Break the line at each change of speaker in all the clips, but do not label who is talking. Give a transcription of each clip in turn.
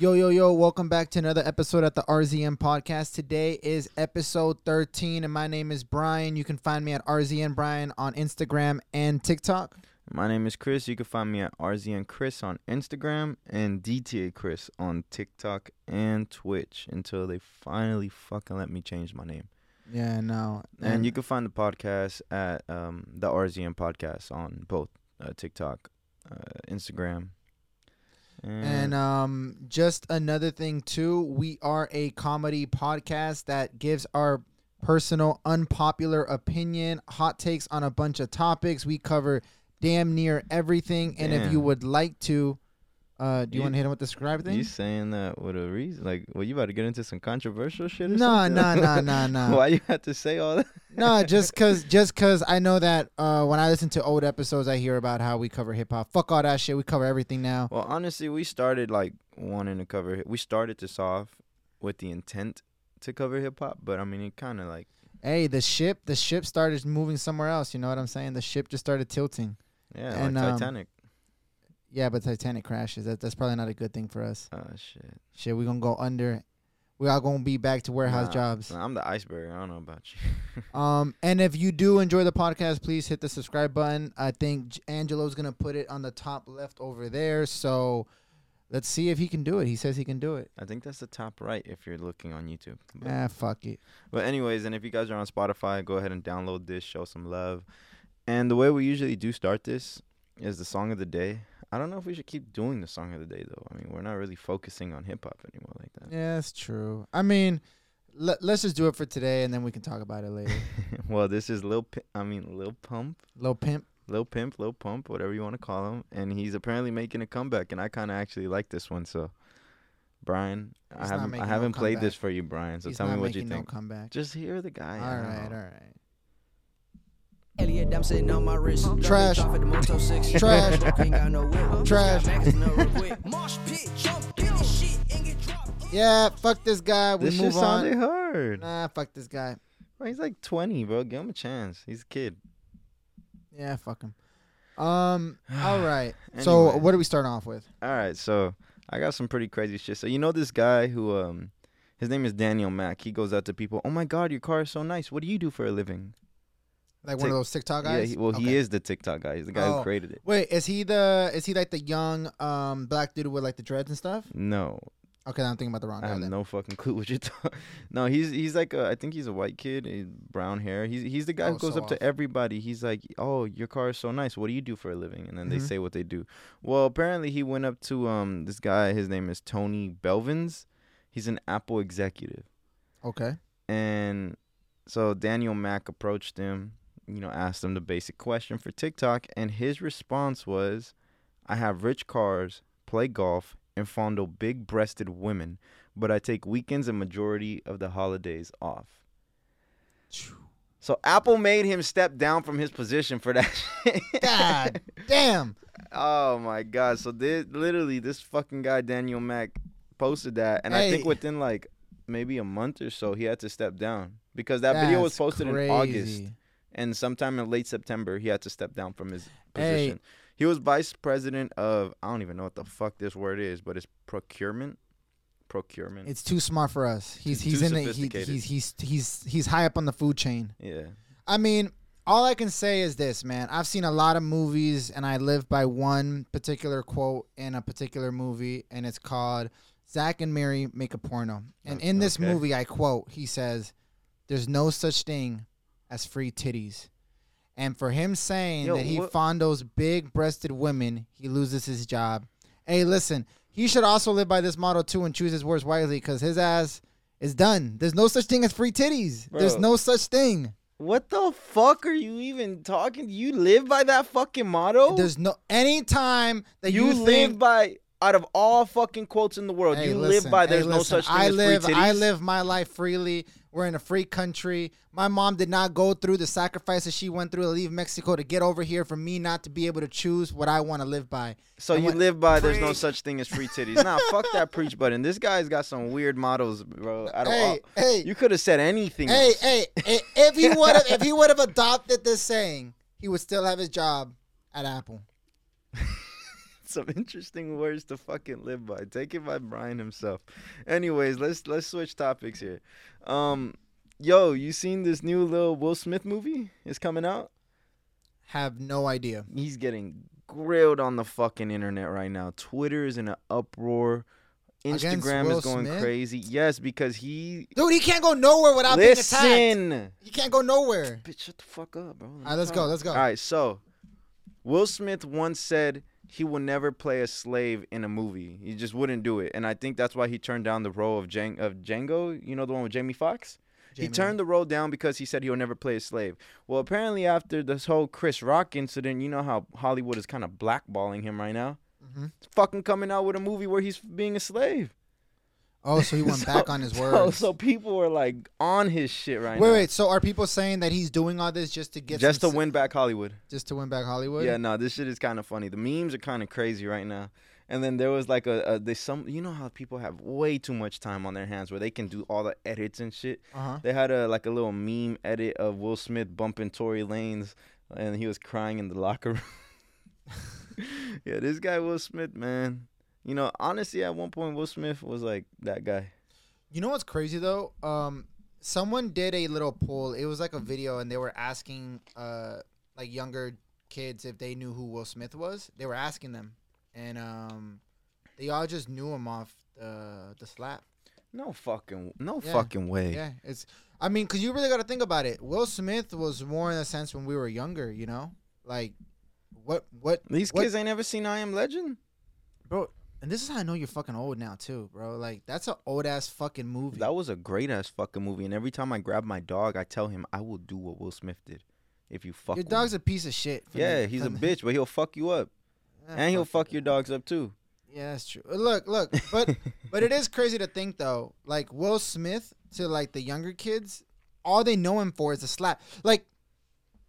Yo, yo, yo, welcome back to another episode at the RZN Podcast. Today is episode 13, and my name is Brian. You can find me at RZN Brian on Instagram and TikTok.
My name is Chris. You can find me at RZN Chris on Instagram and DTA Chris on TikTok and Twitch until they finally fucking let me change my name.
Yeah, no.
And you can find the podcast at um, the RZN Podcast on both uh, TikTok, uh, Instagram, and,
And um, just another thing too, we are a comedy podcast that gives our personal, unpopular opinion, hot takes on a bunch of topics. We cover damn near everything. And if you
Damn.
would like to, uh, do you,
You-
want to hit him with the subscribe thing?
you saying that with a reason? Like, well, you about to get into some controversial shit? Or
Nah,
something?
nah, nah, nah, nah.
Why you have to say all that?
no, just cause, just cause I know that uh, when I listen to old episodes, I hear about how we cover hip hop. Fuck all that shit. We cover everything now.
Well, honestly, we started like wanting to cover. We started this off with the intent to cover hip hop, but I mean, it kind of like
Hey, the ship, the ship started moving somewhere else. You know what I'm saying? The ship just started tilting.
yeah,
And,
like
um,
Titanic.
Yeah, but Titanic crashes. That, that's probably not a good thing for us.
Oh shit!
Shit, we gonna go under. We all gonna be back to warehouse
Nah,
jobs.
nah, I'm the iceberg. I don't know about you.
Um, and if you do enjoy the podcast, please hit the subscribe button. I think J- Angelo's gonna put it on the top left over there. So let's see if he can do it. He says he can do it.
I think that's the top right if you're looking on YouTube. But,
Ah, fuck it.
but anyways, and if you guys are on Spotify, go ahead and download this. Show some love. And the way we usually do start this is the song of the day. I don't know if we should keep doing the song of the day though. I mean, we're not really focusing on hip hop anymore like that.
Yeah, that's true. I mean, let, let's just do it for today, and then we can talk about it later.
well, this is Lil. P- I mean, Lil Pump.
Lil Pimp.
Lil Pimp, Lil Pump, whatever you want to call him, and he's apparently making a comeback, and I kind of actually like this one. So, Brian,
He's
I
not
haven't
making no
I haven't played this
comeback.
for you, Brian. So
He's
tell me
not
what you
making no
think.
comeback.
Just hear the guy.
all right, all right.
Elliot, I'm sitting on my wrist.
Trash.
Off at the Moto 6.
Trash.
Ain't got no whip.
Trash.
Got Mac, it's no real quick. Marsh pit, jump in the shit and get dropped.
Yeah, fuck this guy. We
This shit
move on.
sounded hard.
Nah, fuck this guy.
Bro, he's like 20, bro. Give him a chance. He's a kid.
Yeah, fuck him. Um. All right. So
Anyway.
what do we start off with?
All right, so I got some pretty crazy shit. So you know this guy who um his name is Daniel Mack. He goes out to people, "Oh my god, your car is so nice. What do you do for a living?"
Like one of
Tick-
those TikTok guys.
Yeah, he, well,
Okay.
he is the TikTok guy. He's the guy
Oh.
who created it.
Wait, is he the is he like the young um black dude with like the dreads and stuff?
No,
Okay, I'm thinking about the wrong
I
guy.
have
then.
no fucking clue what you're talking. No, he's he's like a, I think he's a white kid, eh, brown hair. He's he's the guy
Oh,
who goes
so
up
off.
to everybody. He's like, "Oh, your car is so nice. What do you do for a living?" And then
Mhm.
they say what they do. Well, apparently he went up to um this guy. His name is Tony Belvins. He's an Apple executive.
Okay.
And so Daniel Mack approached him, you know, asked him the basic question for TikTok, and his response was, "I have rich cars, play golf, and fondle big-breasted women, but I take weekends and majority of the holidays off." So Apple made him step down from his position for that. shit.
God damn.
Oh my god! So this literally this fucking guy Daniel Mack posted that, and I think
Hey.
within like maybe a month or so he had to step down because that video was
That's
posted in August,
crazy.
and sometime in late September he had to step down from his
Hey.
position. He was vice president of I don't even know what the fuck this word is, but it's procurement. Procurement.
It's too smart for us. He's
Too-
he's
too
in it. He,
sophisticated.
he's he's he's he's high up on the food chain.
yeah.
I mean, all I can say is this, man. I've seen a lot of movies, and I live by one particular quote in a particular movie, and it's called "Zach and Mary Make a Porno." And in this
Okay.
movie, I quote, he says, "There's no such thing as free titties." And for him saying
Yo,
that he
what-
fondles big-breasted women, he loses his job. Hey, listen, he should also live by this motto too and choose his words wisely, because his ass is done. There's no such thing as free titties. There's
Bro.
no such thing.
What the fuck are you even talking? You live by that fucking motto?
There's no any time that you,
Oh. you,
think,
live by out of all fucking quotes in the world,
Hey,
you
listen,
live by
hey,
there's no
listen,
such thing
I
as
live,
free titties.
I live my life freely. We're in a free country. My mom did not go through the sacrifices she went through to leave Mexico to get over here for me not to be able to choose what I want to live by.
So
I
you
went-
live by there's no such thing as free titties. nah, fuck that preach button. This guy's got some weird models, bro. I don't.
Hey, hey.
you could have said anything.
Hey,
else.
hey, i- if he would have if he would have adopted this saying, he would still have his job at Apple.
some interesting words to fucking live by. Take it by Brian himself. Anyways, let's let's switch topics here. Um, yo, you seen this new little Will Smith movie? It's coming out.
Have no idea.
He's getting grilled on the fucking internet right now. Twitter is in an uproar.
Against
Instagram
Will
is going
Smith?
crazy. Yes, because he
Dude, he can't go nowhere without being attacked.
listen.
He can't go nowhere.
Bitch, shut the fuck up, bro.
All right, let's go. Let's go.
All right, so Will Smith once said he will never play a slave in a movie. He just wouldn't do it, and I think that's why he turned down the role of Jang- of Django. You know the one with Jamie Foxx. He
Jamie.
turned the role down because he said he'll never play a slave. Well, apparently after this whole Chris Rock incident, you know how Hollywood is kind of blackballing him right now.
Mhm.
It's fucking coming out with a movie where he's being a slave.
Oh, so he went
So-
back on his
so-
words.
Oh, So, people are like on his shit right
wait,
now.
wait. So are people saying that he's doing all this just to get
just to
some, se-
win back Hollywood.
just to win back Hollywood?
Yeah, no, this shit is kind of funny. The memes are kind of crazy right now. And then there was like a, a they some you know how people have way too much time on their hands where they can do all the edits and shit.
Uh huh.
They had a like a little meme edit of Will Smith bumping Tory Lanez, and he was crying in the locker room. yeah, this guy Will Smith, man. You know, honestly, at one point Will Smith was like that guy.
You know what's crazy though? Um, someone did a little poll. It was like a video, and they were asking uh like younger kids if they knew who Will Smith was. They were asking them, and um, they all just knew him off the the slap.
No fucking, no
Yeah.
fucking way.
Yeah, it's. I mean, cause you really got to think about it. Will Smith was more in a sense when we were younger. You know, like what what
These
what-
kids ain't ever seen I Am Legend.
bro. And this is how I know you're fucking old now too, bro. Like that's an old ass fucking movie.
That was a great ass fucking movie. And every time I grab my dog, I tell him I will do what Will Smith did. If you fuck
Your
with
dog's
me.
a piece of shit. for
yeah,
me.
he's a
For me.
bitch, but he'll fuck you up,
Yeah,
and he'll
it.
fuck your dogs up too.
Yeah, that's true. Uh, Look, look, but but it is crazy to think though. Like Will Smith to like the younger kids, all they know him for is a slap. Like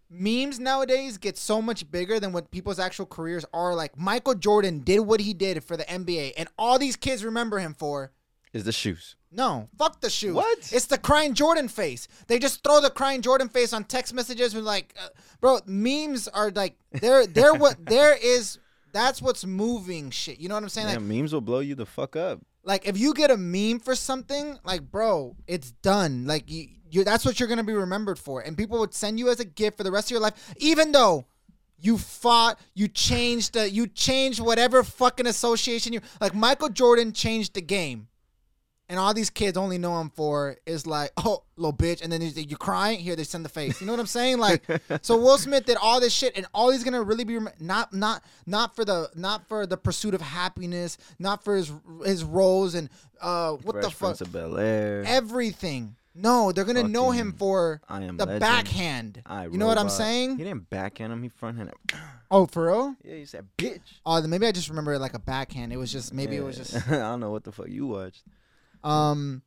memes nowadays get so much bigger than what people's actual careers are. Like Michael Jordan did what he did for the NBA, and all these kids remember him for.
is the shoes.
No, fuck the shoes.
What?
It's the crying Jordan face. They just throw the crying Jordan face on text messages and like, uh, bro, memes are like they're they're what there is. That's what's moving shit. You know what I'm saying?
Yeah,
Like,
memes will blow you the fuck up.
like if you get a meme for something like bro it's done like you, you that's what you're gonna be remembered for and people would send you as a gift for the rest of your life even though you fought you changed the you changed whatever fucking association you like michael jordan changed the game and all these kids only know him for is like, oh, little bitch, and then he's- you're crying. Here they send the face. You know what I'm saying? Like, so Will Smith did all this shit, and all he's gonna really be rem- not not not for the not for the pursuit of happiness, not for his his roles and uh what
Fresh
the fuck Eh,
Prince of Bel Air.
everything. No, they're gonna know him
Fucking
for
I am
the
legend.
backhand.
I,
you know what I'm
Robot. He
saying?
didn't backhand him. He fronthand him.
Oh, for real?
Yeah, he said bitch.
Oh, then maybe I just remember it like a backhand. It was just maybe it was
Yeah.
just
I don't know what the fuck you watched.
Um,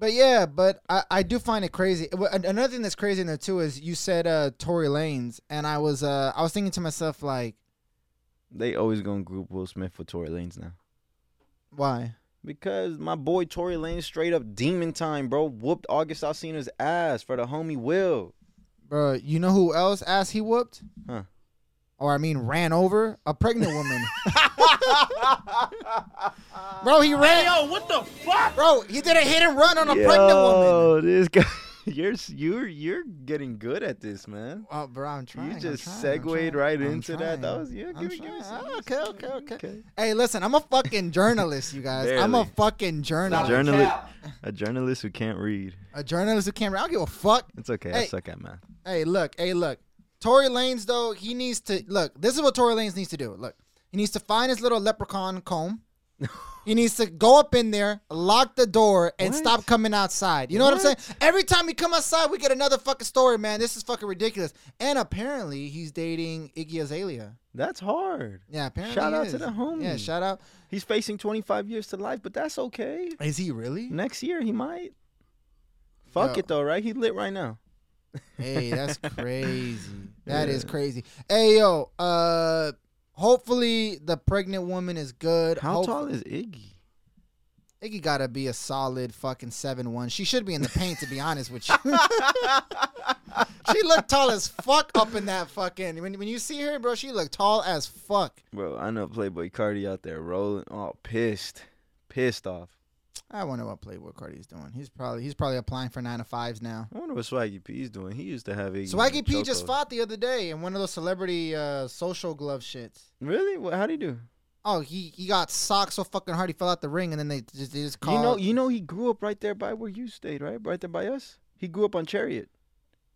but yeah, but I, I do find it crazy. Wha- an- Another thing that's crazy in there too is you said uh Tory Lanes, and I was uh I was thinking to myself like,
They always gonna group Will Smith for Tory Lanez now.
why?
Because my boy Tory Lanez straight up demon time, bro. Whooped August Alsina's ass for the homie Will.
Bro, you know who else ass he whooped?
Huh.
Or I mean ran over? A pregnant woman. Bro, he ran. yo, what the fuck? Bro, he did a hit and run on a pregnant woman.
Yo, this guy, you're s- you're you're getting good at this, man.
Oh, bro, I'm trying.
you
I'm
just
trying, I'm
segued
trying,
right
I'm
into that. That
trying,
was yeah.
I'm
Give me, give me
trying.
some.
Ah, Okay, okay, okay. Hey, listen, I'm a fucking journalist, you guys. I'm a
Barely.
fucking journalist.
A journalist, a journalist who can't read.
a journalist who can't. I don't give a fuck.
It's okay. I
Hey.
suck at math.
Hey, look. Hey, look. Tory Lanez, though, he needs to look. This is what Tory Lanez needs to do. Look, he needs to find his little leprechaun comb. he needs to go up in there, lock the door, and
What?
stop coming outside. You know what? I'm
What?
saying? Every time we come outside, we get another fucking story, man. This is fucking ridiculous. And apparently, he's dating Iggy Azalea.
That's hard.
Yeah, apparently.
Shout
he
out to
is.
the homie.
Yeah, shout out.
He's facing 25 years to life, but that's okay.
Is he really?
Next year he might. Fuck
Yo.
it though, right? He lit right now.
Hey, that's crazy. That is
Yeah.
crazy. Hey, yo. Uh, hopefully the pregnant woman is good.
How
Hopef-
tall is Iggy?
Iggy gotta be a solid fucking seven one. She should be in the paint, to be honest with you. she looked tall as fuck up in that fucking. When when you see her, bro, she looked tall as fuck.
Bro, I know Playboy Cardi out there rolling, all pissed, pissed off.
I wonder what Playboy Cardi's doing. He's probably he's probably applying for nine to fives now.
I wonder what Swaggy P's doing. He used to have Iggy.
Swaggy P
Choco.
just fought the other day in one of those celebrity uh, social glove shits.
Really? What? How'd he do?
Oh, he, he got socked so fucking hard he fell out the ring, and then they just they just called.
You know, you know, he grew up right there by where you stayed, right? Right there by us. He grew up on Chariot.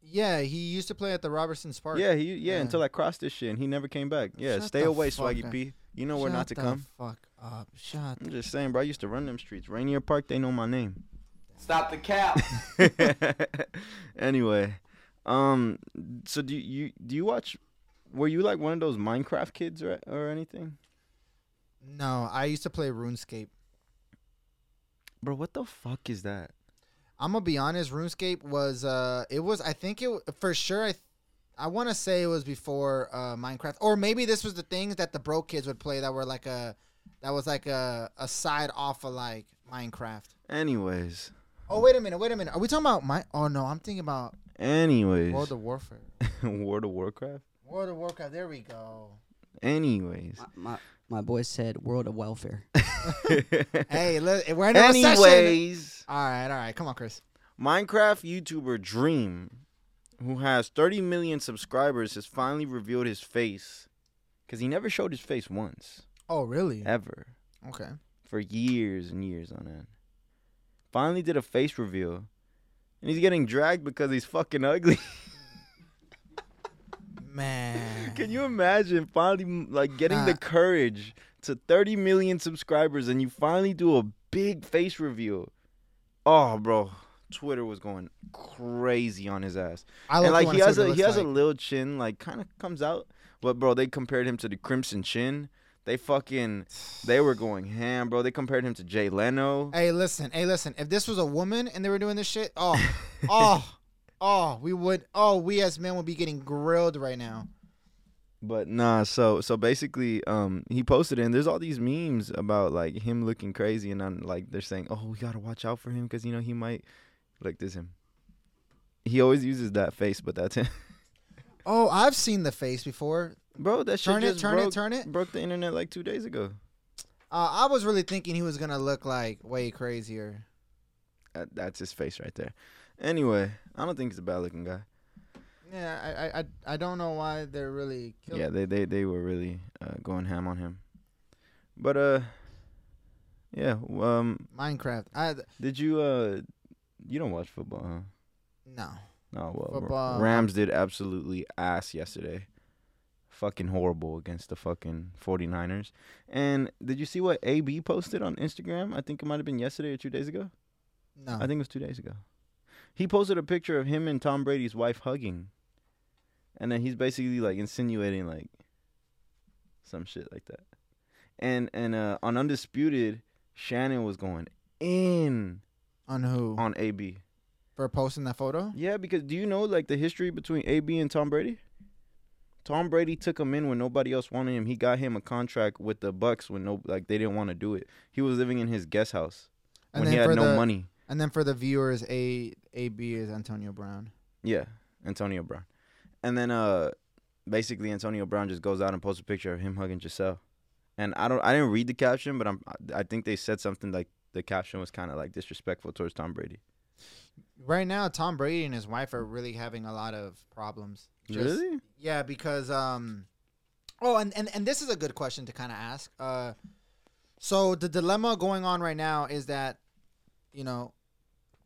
yeah, he used to play at the Robertson Park.
Yeah, he yeah,
Yeah.
until I crossed this shit and he never came back. Yeah,
Shut
stay
the
away,
fuck
Swaggy
up.
P. You know where
Shut
not to
the
come.
Fuck up. Shut.
I'm just saying, bro. I used to run them streets. Rainier Park, they know my name.
Stop the cap.
anyway, um, so do you do you watch? Were you like one of those Minecraft kids or or anything,
No, I used to play RuneScape.
bro? What the fuck is that?
I'm gonna be honest. RuneScape was uh, it was I think it w- for sure. I, th- I want to say it was before uh Minecraft, or maybe this was the things that the broke kids would play that were like a, that was like a a side off of like Minecraft.
Anyways,
Oh wait a minute, wait a minute. Are we talking about my? Oh no, I'm thinking about
anyways,
World of Warfare.
World of Warcraft.
World of Warcraft. There we go.
Anyways,
my, my my boy said world of welfare.
Hey, look, we're in a recession.
anyways.
All right, all right. Come on, Chris.
Minecraft YouTuber Dream, who has 30 million subscribers, has finally revealed his face. Because he never showed his face once,
Oh really?
ever,
Okay.
for years and years on end. Finally did a face reveal. And he's getting dragged because he's fucking ugly.
Man.
Can you imagine finally like getting the
Nah.
courage to 30 million subscribers and you finally do a big face reveal? Oh, bro, Twitter was going crazy on his ass.
I
and
look
like
wanna
he
see
has
what it
a he
looks
has a
like.
little chin, like kind of comes out. But bro, they compared him to the Crimson Chin. They fucking they were going ham, bro. They compared him to Jay Leno.
Hey, listen. Hey, listen. If this was a woman and they were doing this shit, oh, oh, oh, we would. Oh, we as men would be getting grilled right now.
But nah, so so basically, um, he posted it, and there's all these memes about like him looking crazy, and I'm like they're saying, oh, we gotta watch out for him because you know he might like this him. He always uses that face, but that's him,
Oh, I've seen the face before.
bro. That shit
Turn it,
just
turn
broke,
it, turn it.
broke the internet like two days ago.
Uh, I was really thinking he was gonna look like way crazier.
Uh, That's his face right there. Anyway, I don't think he's a bad looking guy.
Yeah, I, I- I, I don't know why they're really. Killing
Yeah, they they they were really uh, going ham on him. But uh, yeah. w- Um,
Minecraft. I
did you uh, you don't watch football, huh?
no.
No, Oh, well, R-
Football.
Rams did absolutely ass yesterday. Fucking horrible against the fucking 49ers. And did you see what AB posted on Instagram? I think it might have been yesterday or two days ago.
No.
I think it was two days ago. He posted a picture of him and Tom Brady's wife hugging. And then he's basically like insinuating like some shit like that. And and uh, on Undisputed, Shannon was going in
On who?
on AB.
For posting that photo?
Yeah, because do you know like the history between AB and Tom Brady? Tom Brady took him in when nobody else wanted him. He got him a contract with the Bucks when no like they didn't want to do it. He was living in his guest house
And
when he
then
had
for
no
the-
money.
And then for the viewers, A A B is Antonio Brown.
Yeah, Antonio Brown. And then uh basically Antonio Brown just goes out and posts a picture of him hugging Giselle. And I don't I didn't read the caption, but I'm I think they said something like the caption was kind of like disrespectful towards Tom Brady.
Right now, Tom Brady and his wife are really having a lot of problems. Just-
really?
Yeah, because um, oh, and and and this is a good question to kind of ask. Uh, so the dilemma going on right now is that, you know,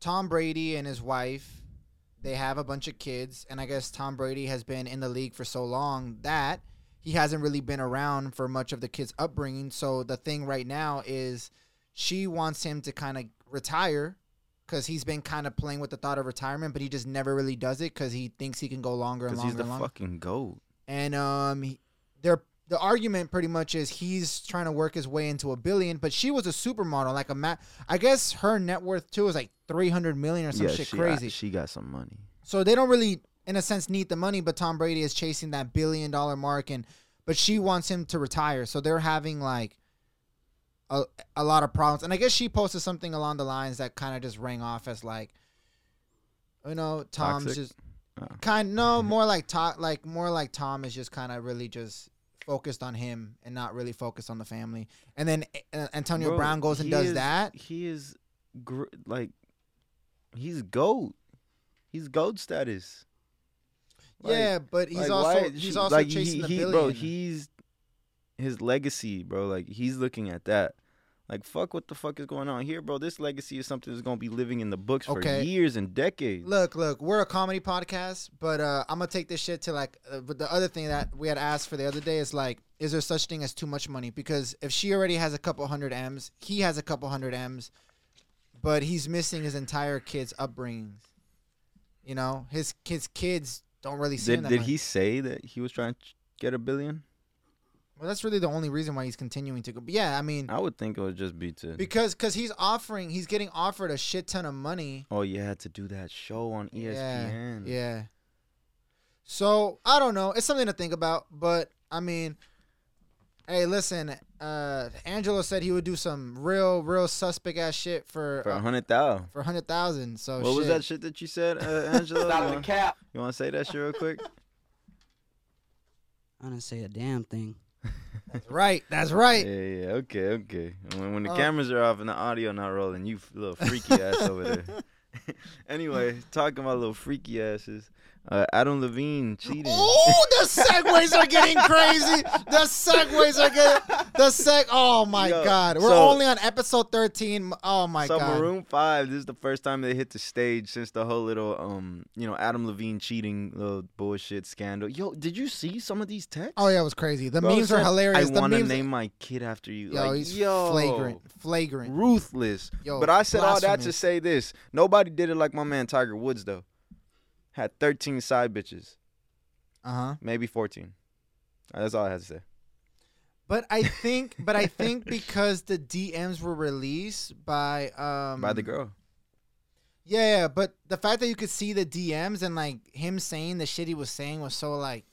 Tom Brady and his wife, they have a bunch of kids, and I guess Tom Brady has been in the league for so long that he hasn't really been around for much of the kids' upbringing. So the thing right now is, she wants him to kind of retire because he's been kind of playing with the thought of retirement, but he just never really does it because he thinks he can go longer and
Cuz
longer
he's the
and longer
fucking goat.
and um, he- their the argument pretty much is he's trying to work his way into a billion, but she was a supermodel, like a ma- I guess her net worth too is like three hundred million or some shit
she,
crazy.
she got some money.
so they don't really, in a sense, need the money. But Tom Brady is chasing that billion dollar mark, and but she wants him to retire, so they're having like a a, a lot of problems. And I guess she posted something along the lines that kind of just rang off as like, you know, Tom's
Toxic?
just
Oh.
kind no more like Tom, like more like Tom is just kind of really just focused on him and not really focused on the family. And then uh, Antonio
Bro,
Brown goes and
he
does
is-
that.
He is gr- like he's goat. He's goat status. Like-
yeah, but he's
like,
also
why-
he's
she-
also
like,
chasing
he,
the
he-
billion.
Bro, he's his legacy, bro. Like he's looking at that. Like fuck, what the fuck is going on here, bro? This legacy is something that's gonna be living in the books
Okay.
for years and decades.
Look, look, we're a comedy podcast, but uh, I'm gonna take this shit to like. Uh, but the other thing that we had asked for the other day is like, is there such thing as too much money? Because if she already has a couple hundred m's, he has a couple hundred m's, but he's missing his entire kid's upbringing. You know, his kids' kids don't really see him
did
that
did
much.
he say that he was trying to get a billion?
Well, that's really the only reason why he's continuing to go. But yeah, I mean,
I would think it would just be to.
because because he's offering, he's getting offered a shit ton of money.
oh yeah, to do that show on E ESPN.
Yeah. yeah. So I don't know. It's something to think about, but I mean, hey, listen. Uh, Angelo said he would do some real, real suspect ass shit for
for
uh,
a hundred thousand.
for hundred thousand. So
what was
Oh, shit.
that shit that you said, uh, Angela? you, wanna, you wanna say that shit real quick?
I didn't say a damn thing.
That's right. That's right.
Yeah, yeah, okay, okay. And When, when the
Oh.
cameras are off and the audio not rolling, you f- little freaky ass over there. anyway, talking about little freaky asses, uh, Adam Levine cheating.
Oh, the segues are getting crazy. The segues are getting the seg. Oh my
Yo,
god, we're
so-
only on episode thirteen. Oh my
so
god.
Maroon Five, this is the first time they hit the stage since the whole little, um, you know, Adam Levine cheating little bullshit scandal. Yo, did you see some of these texts?
Oh yeah, it was crazy. The
Bro,
memes are
said,
hilarious.
I
the
want to
memes.
name my kid after you.
yo,
like,
he's
yo,
flagrant. Flagrant.
ruthless.
Yo,
but I said all that to
blasphemous.
say this: nobody did it like my man Tiger Woods though. Had 13 side bitches,
Uh huh.
maybe 14. Uh, That's all I had to say.
But I think, but I think because the DMs were released by um
By the girl.
Yeah, yeah. But the fact that you could see the DMs and like him saying the shit he was saying was so like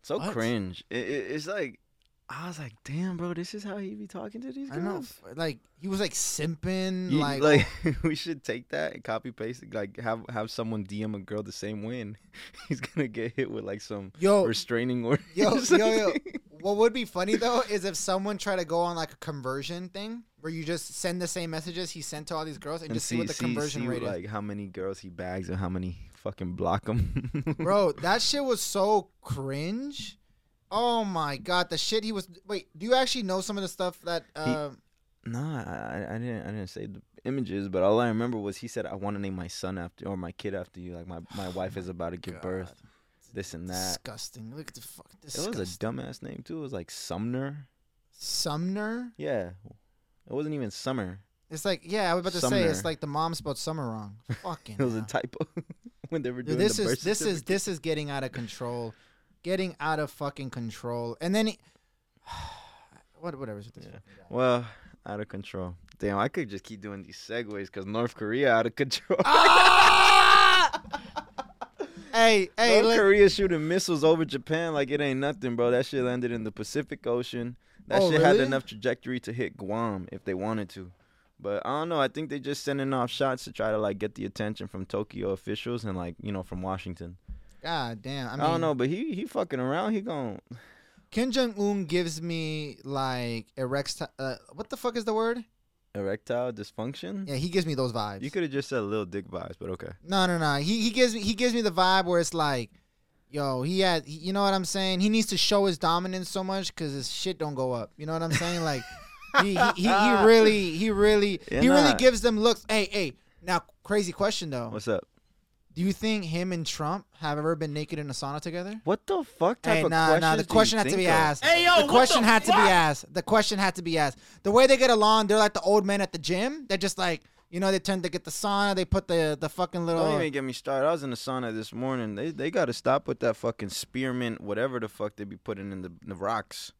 So
what?
cringe. It, it, it's like, I was like, damn, bro, this is how he be talking to these
I don't know,
girls.
f- like he was like simping,
You-
like,
like we should take that and copy paste it. Like have have someone DM a girl the same way, and he's gonna get hit with like some
yo,
restraining order. or
Oh. yo, yo, yo.
something.
What would be funny though is if someone tried to go on like a conversion thing where you just send the same messages he sent to all these girls and,
and
just see, what the conversion
see,
rate is.
Like how many girls he bags and how many fucking block him.
Bro, that shit was so cringe. Oh my god, the shit he was. Wait, do you actually know some of the stuff that? Uh,
Nah, I, I- I didn't. I didn't say the images, but all I remember was he said, "I want to name my son after or my kid after you. Like my my wife is about to give birth. This and that.
disgusting. Look at the fuck.
It was a
Disgusting.
dumbass name too. It was like Sumner.
Sumner.
Yeah, it wasn't even Summer.
It's like yeah, I was about to say
Sumner.
it's like the mom spelled summer wrong. Fucking.
It was a
hell.
typo when they were
Dude,
doing
this
the
is
birth
this is
certificate.
this is getting out of control, getting out of fucking control. And then, he, what whatever. is with this
Yeah.
fucking guy.
Well, out of control. Damn, I could just keep doing these segues because North Korea out of control.
Hey hey,
North
let-
Korea shooting missiles over Japan like it ain't nothing, bro. That shit landed in the Pacific Ocean. That
Oh,
shit had
really?
enough trajectory to hit Guam if they wanted to. But I don't know. I think they just sending off shots to try to like get the attention from Tokyo officials and like you know from Washington.
god damn. I,
I,
mean,
don't know, but he he fucking around. He gon'
Kim Jong Un gives me like erect. Uh, what the fuck is the word?
erectile dysfunction.
Yeah, he gives me those vibes.
You could have just said little dick vibes, but okay.
no, no, no. He he gives me he gives me the vibe where it's like, yo, he had. You know what I'm saying? He needs to show his dominance so much because his shit don't go up. You know what I'm saying? Like, he, he, he he really he really
You're
he really
not.
gives them looks. Hey hey. Now, crazy question though.
What's up?
Do you think him and Trump have ever been naked in a sauna together?
What the fuck type
Hey,
of
nah,
question?
nah. The question had to be asked. the question had to be asked. The question had to be asked. The way they get along, they're like the old men at the gym. They're just like, you know, they tend to get the sauna. They put the the fucking little.
Don't even get me started. I was in the sauna this morning. They they got to stop with that fucking spearmint, whatever the fuck they be putting in the, the rocks.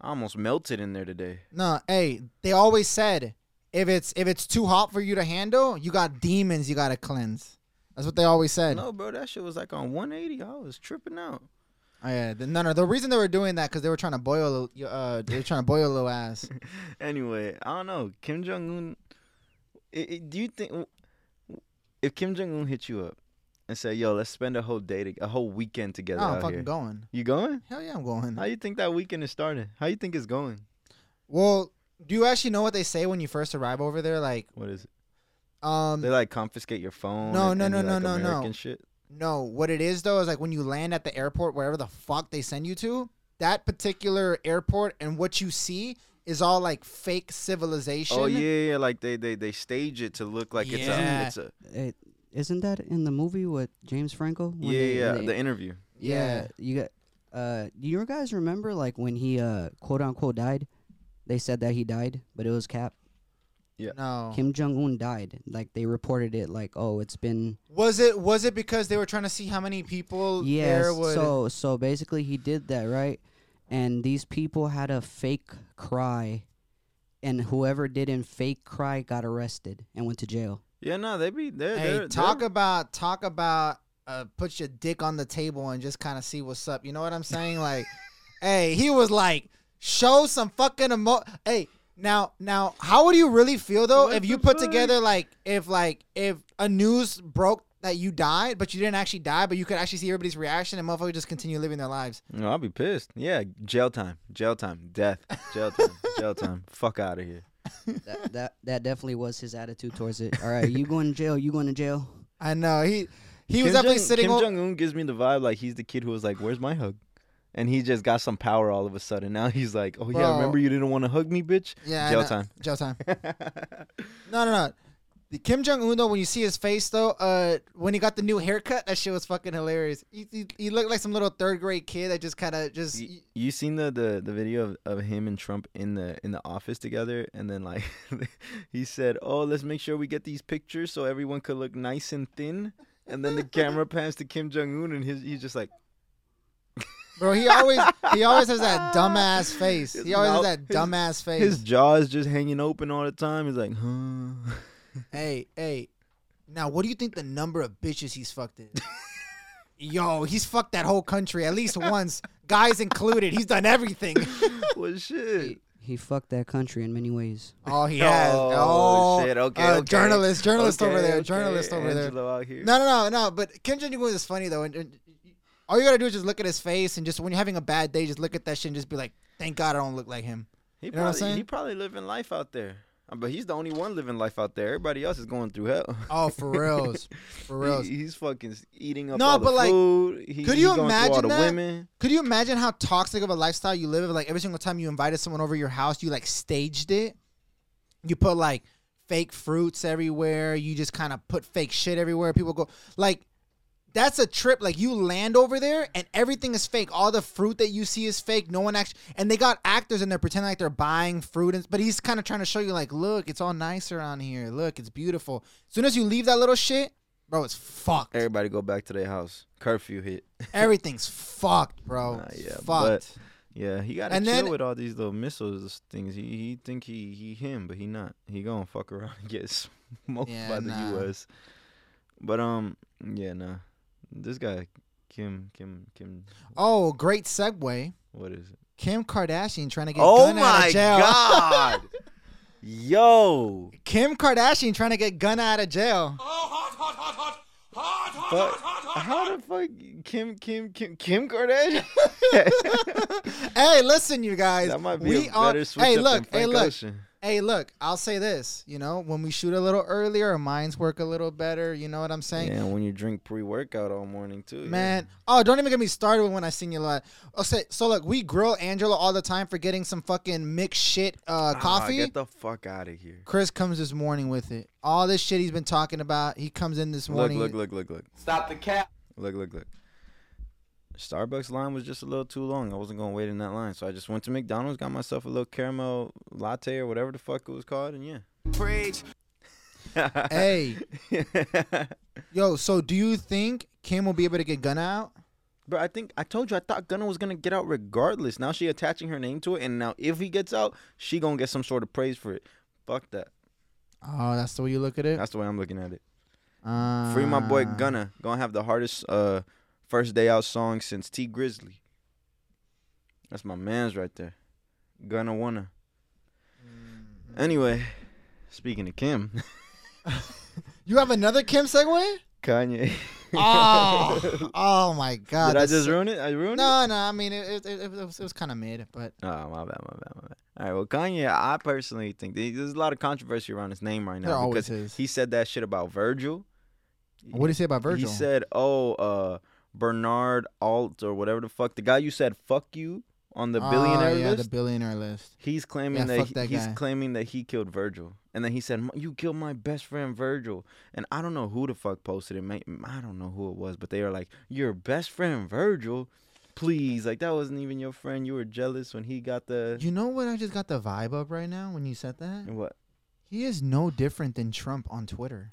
I almost melted in there today.
No, hey, they always said if it's if it's too hot for you to handle, you got demons you gotta cleanse. That's what they always said.
No, bro, that shit was like on 180. I was tripping out.
Oh, yeah, the, no, no. The reason they were doing that because they were trying to boil, a- uh, they were trying to boil a little ass.
anyway, I don't know. Kim Jong Un. Do you think if Kim Jong Un hit you up and said, "Yo, let's spend a whole day, to, a whole weekend together
No, I'm
out
fucking
here,"
going.
you going?
Hell yeah, I'm going.
How you think that weekend is starting? How you think it's going?
well, do you actually know what they say when you first arrive over there? Like,
What is it?
um,
They like confiscate your phone.
No,
and
no,
any,
no, no,
like,
no, no.
American Shit.
No, what it is though is like when you land at the airport, wherever the fuck they send you to, that particular airport and what you see is all like fake civilization.
Oh yeah, yeah, like they they they stage it to look like it's a
Yeah.
it's a
It, isn't that in the movie with James Franco? When
yeah
they-
yeah
when
the
they-
interview.
Yeah.
yeah. You got. Uh, do you guys remember like when he uh quote unquote died? They said that he died, but it was cap.
No.
Kim Jong Un died. Like they reported it. Like oh, it's been
Was it was it because they were trying to see how many people
Yes.
there would
So so basically, he did that right, and these people had a fake cry, and whoever didn't fake cry got arrested and went to jail.
Yeah, no, they be they
Hey,
they
talk about talk about uh put your dick on the table and just kind of see what's up. You know what I'm saying? Like, hey, he was like, show some fucking emo. Hey, now now, how would you really feel though
What
if you
the
put
fuck?
together like if like if a news broke that you died, but you didn't actually die, but you could actually see everybody's reaction and motherfuckers just continue living their lives.
No, I'll be pissed. Yeah, jail time, jail time, death, jail time, jail time. Fuck out of here.
that, that that definitely was his attitude towards it. All right, you going to jail? You going to jail?
I know he he was definitely
Jong,
sitting.
Kim
o-
Jong Un gives me the vibe like he's the kid who was like, "Where's my hug?" And he just got some power all of a sudden. Now he's like, "Oh yeah,
Bro.
remember you didn't want to hug me, bitch."
Yeah, I
jail
know.
time.
Jail time. No, no, no. The Kim Jong Un though, when you see his face though, uh, when he got the new haircut, that shit was fucking hilarious. He, he, he looked like some little third grade kid that just kind of just.
you, you seen the, the the video of, of him and Trump in the in the office together, and then like he said, "Oh, let's make sure we get these pictures so everyone could look nice and thin." And then the camera pans to Kim Jong Un, and his, he's just like,
Bro, he always he always has that dumbass face.
His
He always
mouth-
has that
his-
dumbass face.
his jaw is just hanging open all the time. He's like, "Huh."
hey, hey. Now, what do you think the number of bitches he's fucked is? Yo, he's fucked that whole country at least once, guys included. He's done everything.
well, shit.
He fucked that country in many ways.
Oh, he has. Oh, uh, journalist, journalist over
Okay,
there,
okay,
journalist over there.
Angelo out here.
No, no, no, no. But Kim Jong Un is funny though, and, and all you gotta do is just look at his face, and just when you're having a bad day, just look at that shit and just be like, "Thank God I don't look like him."
he
you
probably,
know what I'm saying?
He probably living life out there, Uh, but he's the only one living life out there. Everybody else is going through hell.
Oh, for reals, for reals.
He- he's fucking eating up
No,
all the
but, like,
food. He,
could
he
you
going through all
imagine
the
that?
women?
Could you imagine how toxic of a lifestyle you live? If, like every single time you invited someone over your house, you like staged it. You put like fake fruits everywhere. You just kind of put fake shit everywhere. People go like, that's a trip. Like you land over there and everything is fake. All the fruit that you see is fake. No one actually, and they got actors and they're pretending like they're buying fruit. And, but he's kind of trying to show you like, look, it's all nicer on here. Look, it's beautiful. As soon as you leave that little shit, bro, it's fucked.
Everybody go back to their house. Curfew hit.
Everything's fucked, bro.
Nah, yeah,
fucked.
but- Yeah, he got to chill
And then-
with all these little missiles things. He he think he he him, but he not. He gonna fuck around and get smoked
Yeah,
by the
nah.
U.S. But um, yeah, nah. This guy Kim Kim Kim,
Oh, great segue.
what is it?
Kim Kardashian trying to get
Oh
gun out
my
of jail.
god, yo,
Kim Kardashian trying to get gun out of jail.
but how the fuck Kim Kim Kim Kim Kardashian?
Hey, listen, you guys.
that might be
we
a
are.
better switch
Hey,
up
look.
than
Hey,
Frank
look.
Ocean.
Hey, look. I'll say this. You know, when we shoot a little earlier, our minds work a little better. You know what I'm saying?
Yeah, and when you drink pre-workout all morning too, yeah.
Man, oh, don't even get me started with when I seen you live. Oh, say, so look, we grill Angela all the time for getting some fucking mixed shit uh,
Ah,
coffee.
get the fuck out of here.
Chris comes this morning with it. All this shit he's been talking about. He comes in this
Look,
morning.
look, look, look, look. Stop the cap. Look, look, look. Starbucks line was just a little too long. I wasn't gonna wait in that line, so I just went to McDonald's, got myself a little caramel latte or whatever the fuck it was called, and
Preach.
yeah.
Hey, Yo, so do you think Kim will be able to get Gunna out?
But I think I told you I thought Gunna was gonna get out regardless. Now she attaching her name to it, and now if he gets out, she gonna get some sort of praise for it. Fuck that.
Oh, that's the way you look at it.
That's the way I'm looking at it.
Uh, Ah.
Free my boy Gunna. Gonna have the hardest uh first day out song since T Grizzly. That's my man's right there. Gonna wanna.
Mm-hmm.
Anyway, speaking of Kim,
You have another Kim segue?
Kanye.
Oh, oh my God.
Did I
that's
just
so-
ruin it? I ruined it.
No, no. I mean, it, it, it, it was, it was kind of mid, but
Oh, my bad, my bad, my bad. All right, well, Kanye, I personally think th- there's a lot of controversy around his name right
There
now
always
because
is.
he said that shit about Virgil.
what do you say about Virgil?
He said, "Oh, uh, Bernard Alt or whatever the fuck, the guy you said fuck you on the
Ah,
billionaire
yeah,
list."
the billionaire list.
He's claiming
Yeah,
that,
fuck
he-
that
he's
guy.
claiming that he killed Virgil, and then he said, "M- "You killed my best friend Virgil," and I don't know who the fuck posted it. Mate. I don't know who it was, but they were like, "Your best friend Virgil, please!" Like that wasn't even your friend. You were jealous when he got the
You know what? I just got the vibe up right now when you said that.
what?
He is no different than Trump on Twitter.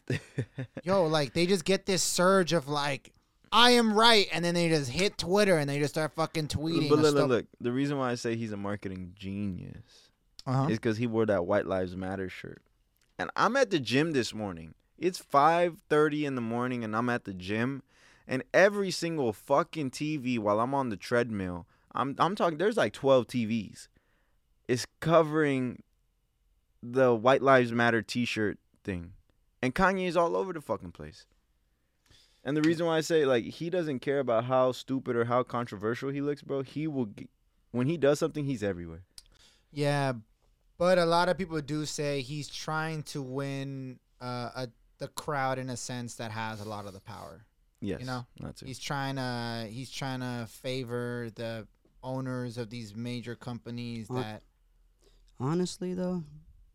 Yo, like they just get this surge of like, I am right, and then they just hit Twitter and they just start fucking tweeting.
but look, look, look, the reason why I say he's a marketing genius
Uh-huh.
is because he wore that White Lives Matter shirt. And I'm at the gym this morning. It's 5:30 in the morning, and I'm at the gym, and every single fucking TV while I'm on the treadmill, I'm I'm talking. There's like 12 TVs. It's covering the White Lives Matter T-shirt thing, and Kanye's all over the fucking place. And the reason why I say like he doesn't care about how stupid or how controversial he looks, bro. He will, g- when he does something, he's everywhere.
Yeah, but a lot of people do say he's trying to win uh, a, the crowd in a sense that has a lot of the power.
Yes,
know,
not to.
He's trying to he's trying to favor the owners of these major companies
Aren't-
that.
Honestly, though,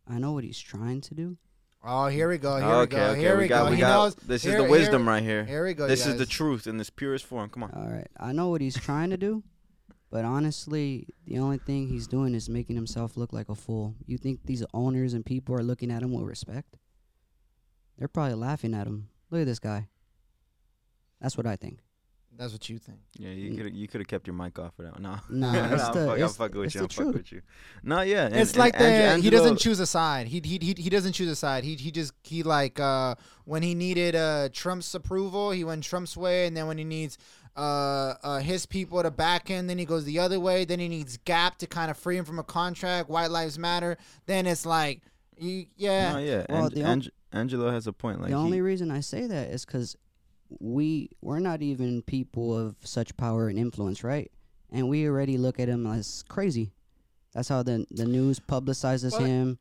I know what he's trying to do.
Oh, here we go. Here we go. here we,
got,
go.
We
he
got,
knows.
This
here-
is the
here-
wisdom right here.
Here we go.
this
you
is the
guys.
truth in this purest form. Come on.
All right, I know what he's trying to do, but honestly, the only thing he's doing is making himself look like a fool. You think these owners and people are looking at him with respect? They're probably laughing at him. Look at this guy. That's what I think.
That's what you think.
Yeah, you could you could have kept your mic off for that. one. No,
Nah,
Nah,
it's
I'm,
the-
fuck- I'm
it's-
fucking with
it's
you.
the
I'm fucking
truth.
with you. No, yeah. and-
it's
and
like the
Andrew-
he doesn't
Angelo-
choose a side. He he he, he doesn't choose a side. He he just he like uh when he needed uh Trump's approval, he went Trump's way, and then when he needs uh, uh his people to back him, then he goes the other way. Then he needs Gap to kind of free him from a contract. White Lives Matter. Then it's like, you, yeah,
No, yeah.
Well,
and,
the on-
Ange- Angelo has a point. Like
the
he-
only reason I say that is because we we're not even people of such power and influence, right? And we already look at him as crazy. That's how the the news publicizes
But-
him.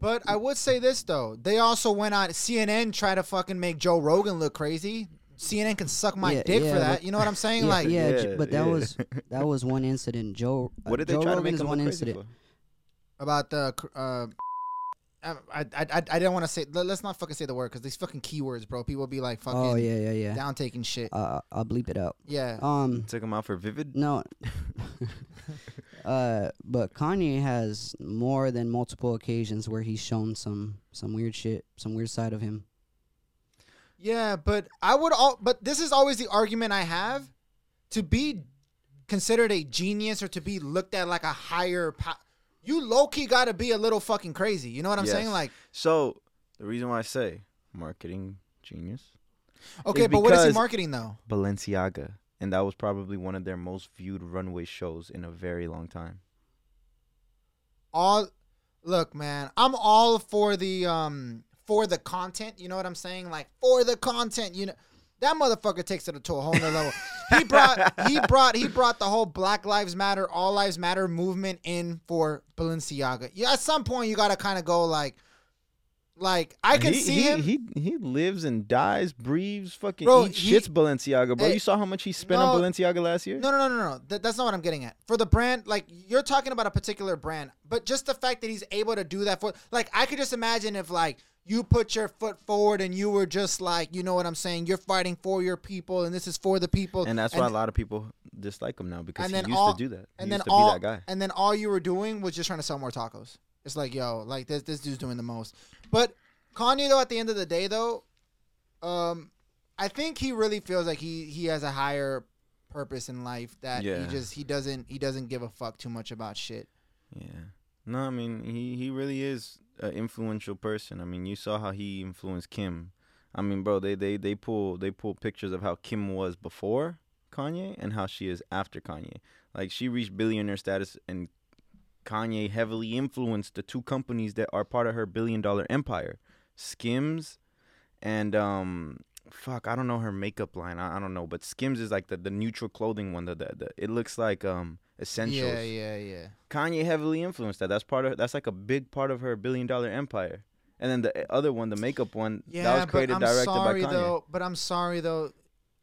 But I would say this though, they also went on CNN try to fucking make Joe Rogan look crazy. CNN can suck my
Yeah,
dick
yeah,
for that.
but-
You know what I'm saying?
Yeah,
like,
yeah, j-
Yeah,
but that
yeah.
was that was one incident. Joe uh,
what did they
Joe
try to
Rogan
make
is
him
one
look
incident.
crazy for?
about the cr- uh, I I I, I don't want to say. Let, let's not fucking say the word because these fucking keywords, bro. People be like fucking
Oh yeah, yeah, yeah.
down taking shit.
Uh, I'll bleep it out.
yeah,
Um,
Took him out for vivid.
no. uh, but Kanye has more than multiple occasions where he's shown some some weird shit, some weird side of him.
yeah. But I would all. But this is always the argument I have to be considered a genius or to be looked at like a higher. Po- you low key got to be a little fucking crazy. You know what I'm saying?
Yes.
Like,
So the reason why I say marketing genius,
okay, but what is he
because-
marketing though?
Balenciaga, and that was probably one of their most viewed runway shows in a very long time.
all look man i'm all for the um for the content you know what i'm saying like for the content you know that motherfucker takes it to a whole nother level he brought he brought he brought the whole black lives matter all lives matter movement in for balenciaga yeah at some point you gotta kind of go like like i can
he,
see
he,
him
He he lives and dies, breathes, fucking
Bro,
eats
he-
shits Balenciaga, bro.
Hey,
you saw how much he spent
no,
on Balenciaga last year?
No, no, no, no, no. That, that's not what I'm getting at. For the brand, like you're talking about a particular brand, but just the fact that he's able to do that for, like, I could just imagine if like you put your foot forward and you were just like, you know what I'm saying? You're fighting for your people, and this is for the people,
And that's why a lot of people dislike him now because
and
he
then
used
all-
to do that. He
and then
used to
all,
be that guy.
and then all you were doing was just trying to sell more tacos. It's like, yo, like this, this dude's doing the most. But Kanye, though, at the end of the day, though, um, I think he really feels like he he has a higher purpose in life that
Yeah.
he just he doesn't he doesn't give a fuck too much about shit.
Yeah. No, I mean he he really is an influential person. I mean, you saw how he influenced Kim. I mean, bro, they they they pull they pull pictures of how Kim was before Kanye and how she is after Kanye. Like she reached billionaire status and Kanye heavily influenced the two companies that are part of her billion dollar empire, Skims and um fuck, I don't know her makeup line. I, I don't know, but Skims is like the, the neutral clothing one that, that, that it looks like um essentials.
Yeah, yeah, yeah.
Kanye heavily influenced that. That's part of that's like a big part of her billion dollar empire. And then the other one, the makeup one, that was
but
created
I'm
directed
sorry
by Kanye.
though. But I'm sorry though.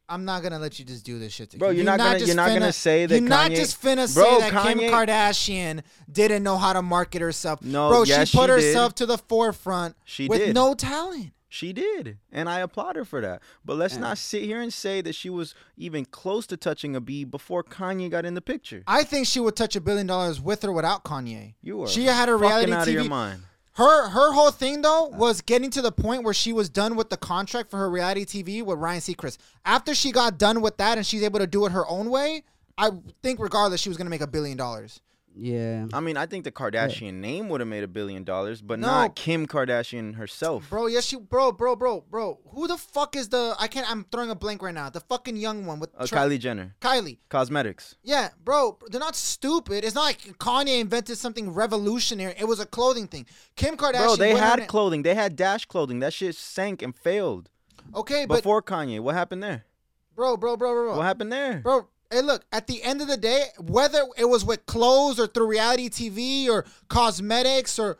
I'm not gonna let you just do this shit to
Bro, you're not gonna-
just
you're not gonna
finna-
say that
You're not
Kanye-
just finna
Bro,
say that Kim
Kanye-
Kardashian didn't know how to market herself.
No,
bro,
yes,
she put
she did.
herself to the forefront
She
with
did.
no talent.
She did, and I applaud her for that. But let's
Yeah.
not sit here and say that she was even close to touching a bee before Kanye got in the picture.
I think she would touch a billion dollars with or without Kanye.
You are
She had a
fucking
reality
out
TV.
of your mind.
Her her whole thing though was getting to the point where she was done with the contract for her reality TV with Ryan Seacrest. After she got done with that and she's able to do it her own way, I think regardless she was gonna make a billion dollars.
Yeah.
I mean, I think the Kardashian name would have made a billion dollars, but
No.
not Kim Kardashian herself.
Bro, yes, she, bro, bro, bro, bro. Who the fuck is the? I can't. I'm throwing a blank right now. The fucking young one with
Uh,
Tra-
Kylie Jenner,
Kylie.
cosmetics.
Yeah, bro, they're not stupid. It's not like Kanye invented something revolutionary. It was a clothing thing. Kim Kardashian.
Bro, they
went on
had
it-
clothing. They had Dash clothing. That shit sank and failed
okay, but
before Kanye. What happened there?
bro, bro, bro, bro,
What
bro.
happened there?
Bro, hey, look. At the end of the day, whether it was with clothes or through reality TV or cosmetics or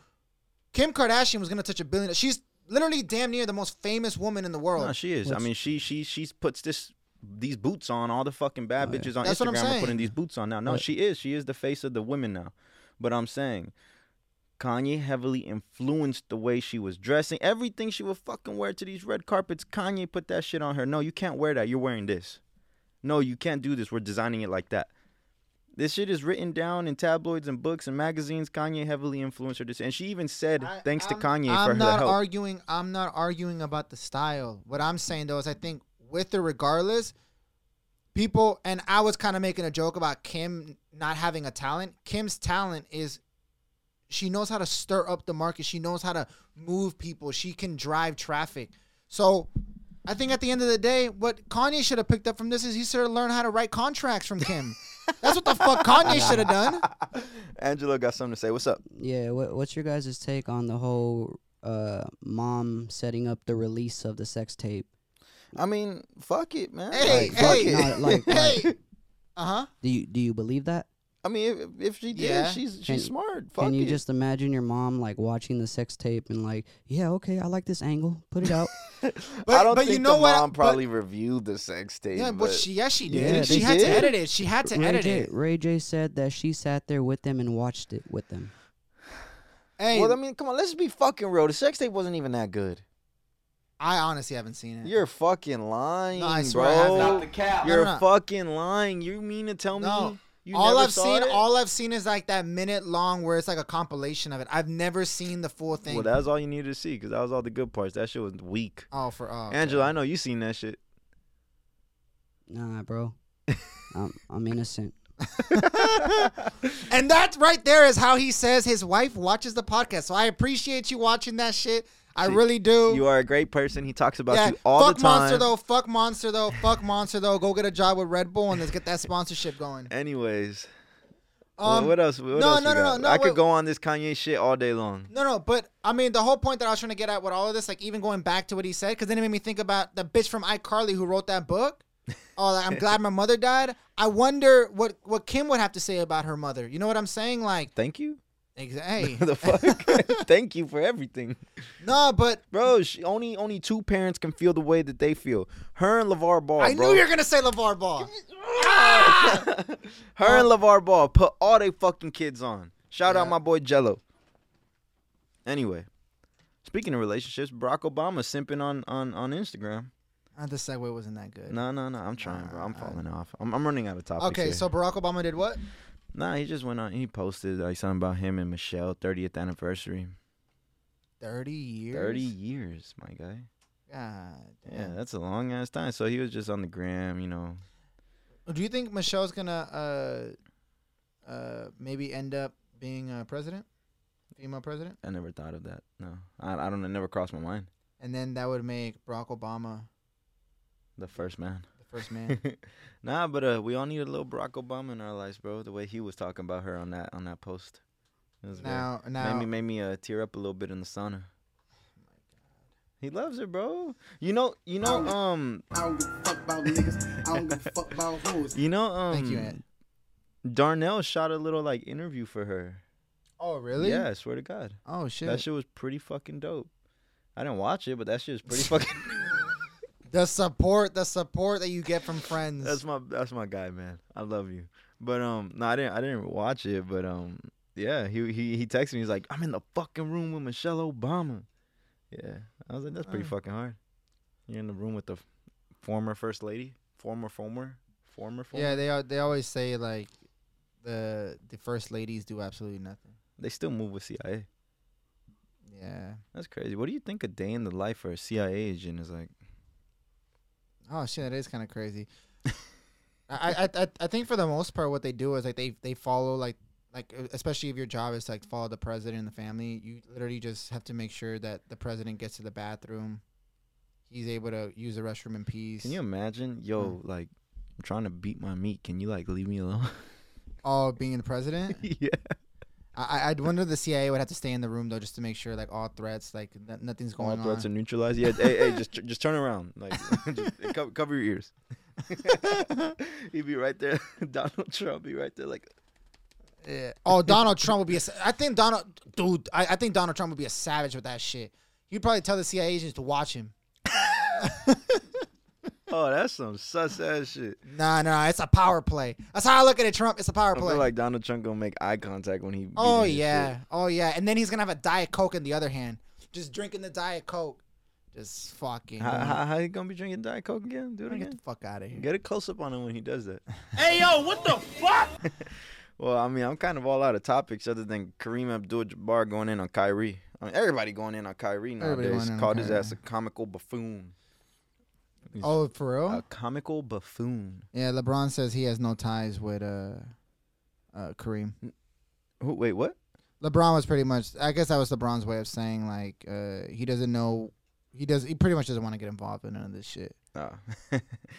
Kim Kardashian was gonna touch a billion. She's literally damn near the most famous woman in the world.
No, she is. I
What's-
mean, she she she puts this these boots on. All the fucking bad
Oh, yeah.
bitches on
That's what I'm
Instagram are
saying.
putting these boots on now. No,
Right.
she is. She is the face of the women now. But I'm saying, Kanye heavily influenced the way she was dressing. Everything she would fucking wear to these red carpets, Kanye put that shit on her. No, you can't wear that. You're wearing this. No, you can't do this. We're designing it like that. This shit is written down in tabloids and books and magazines. Kanye heavily influenced her. This, and she even said,
I-
"Thanks
I'm-
to Kanye
I'm
for her
not
help."
arguing. I'm not arguing about the style. What I'm saying though is, I think with or regardless, people and I was kind of making a joke about Kim not having a talent. Kim's talent is she knows how to stir up the market. She knows how to move people. She can drive traffic. So. I think at the end of the day, what Kanye should have picked up from this is he should have learned how to write contracts from Kim. That's what the fuck Kanye should have done.
Angelo got something to say. What's up?
Yeah. What, what's your guys' take on the whole uh, mom setting up the release of the sex tape?
I mean, fuck it, man.
Hey,
Like,
fuck-
hey,
no, like-
hey. Uh huh.
Do you do you believe that?
I mean, if, if she did,
Yeah.
she's she's
Can-
smart. Fuck
Can you
it.
just imagine your mom like watching the sex tape and like, yeah, okay, I like this angle, put it out.
But-
I don't
but
think
you know
the
what?
mom
But-
probably reviewed the sex tape.
Yeah,
but
but she yes she
Yeah,
did.
they
she had to
did.
edit it. She had to
Ray
edit
J,
it.
Ray J said that she sat there with them and watched it with them.
Hey,
well, I mean, come on, let's be fucking real. The sex tape wasn't even that good.
I honestly haven't seen it.
You're fucking lying,
No, I swear I
bro.
haven't.
Oh,
Not the
cap.
No,
You're
no, no.
fucking lying. You mean to tell
No.
me you
all
never
I've
saw
seen,
it?
all I've seen is like that minute long where it's like a compilation of it. I've never seen the full thing.
Well, that was all you needed to see because that was all the good parts. That shit was weak.
oh, for all.
Angela, I know you seen that shit.
Nah, bro. I'm, I'm innocent.
And that right there is how he says his wife watches the podcast. So I appreciate you watching that shit. I
See,
really do.
you are a great person. He talks about
yeah,
you all
fuck
the time.
Monster though. Fuck Monster though. Fuck Monster though. Go get a job with Red Bull and let's get that sponsorship going.
Anyways,
Um,
what else? What
no,
else
no,
you
no,
got?
no, no,
I could
wait-
go on this Kanye shit all day long.
No, no, but I mean, the whole point that I was trying to get at with all of this, like even going back to what he said, because then it made me think about the bitch from iCarly who wrote that book. Oh, like, I'm glad my mother died. I wonder what what Kim would have to say about her mother. You know what I'm saying? Like,
Thank you.
exactly.
the fuck? Thank you for everything,
no, but
bro. She, only only two parents can feel the way that they feel. Her and Levar Ball.
I
bro.
knew you were gonna say LeVar Ball.
Her and Levar Ball put all they fucking kids on. Shout out
Yeah.
my boy Jello. Anyway, speaking of relationships, Barack Obama simping on on on Instagram.
Uh, the segue wasn't that good.
No, no, no. I'm trying, bro. I'm falling off. I'm, I'm running out of topics.
okay,
here.
so Barack Obama did what?
nah, he just went on. He posted like something about him and Michelle 30th anniversary.
Thirty years.
30 years, my guy.
God.
Yeah,
Damn.
that's a long ass time. So he was just on the gram, you know.
Do you think Michelle's gonna uh, uh, maybe end up being a president, female president?
I never thought of that. No, I, I don't. It never crossed my mind.
And then that would make Barack Obama
The first man.
the first man.
nah, but uh, we all need a little Barack Obama in our lives, bro. The way he was talking about her on that on that post, it was very-
now, now,
made me made me uh, tear up a little bit in the sauna. He loves her, bro. You know, you know, um,
I don't give a fuck about Oh, niggas. I don't give a fuck about hoes.
you know, um,
thank you, Aunt.
Darnell shot a little like interview for her.
Oh, really?
Yeah, I swear to God,
Oh shit.
that shit was pretty fucking dope. I didn't watch it, but that shit was pretty fucking.
the support, the support that you get from friends.
That's my that's my guy, man. I love you. But um, no, I didn't I didn't watch it, but um, yeah, he he he texted me. He's like, I'm in the fucking room with Michelle Obama. Yeah, I was like, that's pretty
Oh.
fucking hard. You're in the room with the f- former first lady, former former former former.
yeah, they al- they always say like the the first ladies do absolutely nothing.
they still move with CIA.
Yeah.
That's crazy. What do you think a day in the life for a CIA agent is like?
Oh shit, that is kind of crazy. I, I I I think for the most part, what they do is like they they follow like like uh, especially if your job is to, like follow the president and the family. You literally just have to make sure that the president gets to the bathroom, he's able to use the restroom in peace.
Can you imagine? Yo, like, I'm trying to beat my meat. Can you like leave me alone?
all being the president.
yeah.
I I- I'd wonder the CIA would have to stay in the room though just to make sure like all threats like no- nothing's
All
going
threats
on.
are neutralized. Yeah, hey, hey, just just turn around, like just cover, cover your ears. He'd be right there. Donald Trump be right there, like
Yeah. Oh, Donald Trump would be. A, sa- I think Donald, dude. I, I think Donald Trump would be a savage with that shit. You'd probably tell the CIA agents to watch him.
oh, that's some sus ass shit.
Nah, nah, it's a power play. That's how I look at it, Trump. It's a power
I
play.
feel like Donald Trump gonna make eye contact when he.
oh
beating his
yeah,
shit.
oh yeah, and then he's gonna have a diet coke in the other hand, just drinking the diet coke, just fucking.
How, how, how he gonna be drinking Diet Coke again? Do it
get
again.
the fuck out of here.
Get a close up on him when he does that.
Hey yo, what the fuck?
Well, I mean, I'm kind of all out of topics other than Kareem Abdul-Jabbar going in on Kyrie. I mean, everybody going in on Kyrie
Everybody
nowadays.
going in on
Called his
Kyrie.
ass a comical buffoon.
Oh, for real?
A comical buffoon.
yeah, LeBron says he has no ties with uh, uh, Kareem.
Who? Wait, what?
LeBron was pretty much. I guess that was LeBron's way of saying like uh, he doesn't know. He does. He pretty much doesn't want to get involved in none of this shit.
Oh.
Yeah.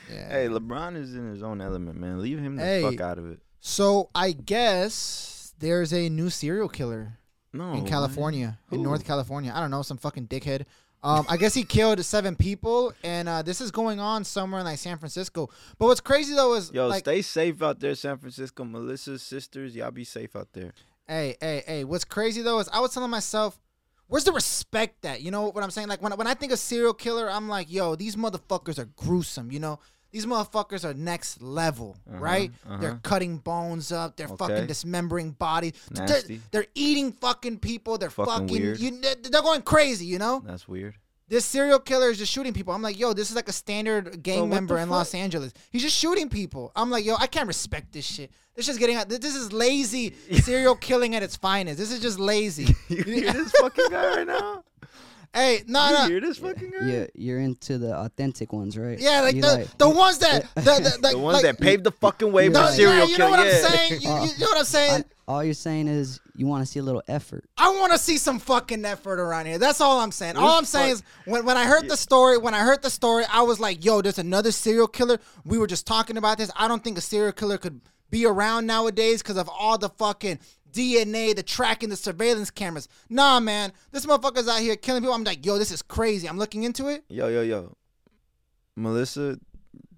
hey, LeBron is in his own element, man. Leave him the
Hey.
fuck out of it.
So I guess there's a new serial killer
No.
in
man.
California, in
Who?
North California. I don't know, some fucking dickhead. Um, I guess he killed seven people, and uh, this is going on somewhere in like San Francisco. But what's crazy though is
Yo,
like,
stay safe out there, San Francisco. Melissa's sisters, y'all be safe out there.
hey, hey, hey. What's crazy though is I was telling myself, where's the respect that you know what I'm saying? Like when when I think of serial killer, I'm like, yo, these motherfuckers are gruesome. You know, these motherfuckers are next level,
Uh-huh,
right?
uh-huh.
They're cutting bones up. They're
Okay.
fucking dismembering bodies. They're-
Nasty.
They're, eating fucking people. They're fucking.
Fucking weird.
you- they're going crazy. You know.
That's weird.
This serial killer is just shooting people. I'm like, yo, this is like a standard gang
Bro, what the
member in
fuck?
Los Angeles. He's just shooting people. I'm like, yo, I can't respect this shit. This is getting out. This is lazy serial killing at its finest. This is just lazy.
You hear this fucking guy right now?
hey, no,
You
no.
hear this fucking guy?
Yeah, you're into the authentic ones, right?
Yeah, like
You
the, the ones that the, the,
The ones
like-
that paved the fucking way
you
for
No,
like-
yeah,
serial
you know
killer.
what
yeah.
I'm saying? You, you, you know what I'm saying?
I- all you're saying is you want to see a little effort.
I want to see some fucking effort around here. That's all I'm saying. All I'm saying is when, when I heard the story, when I heard the story, I was like, yo, there's another serial killer. We were just talking about this. I don't think a serial killer could be around nowadays because of all the fucking DNA, the tracking, the surveillance cameras. Nah, man. This motherfucker's out here killing people. I'm like, yo, this is crazy. I'm looking into it.
Yo, yo, yo. Melissa,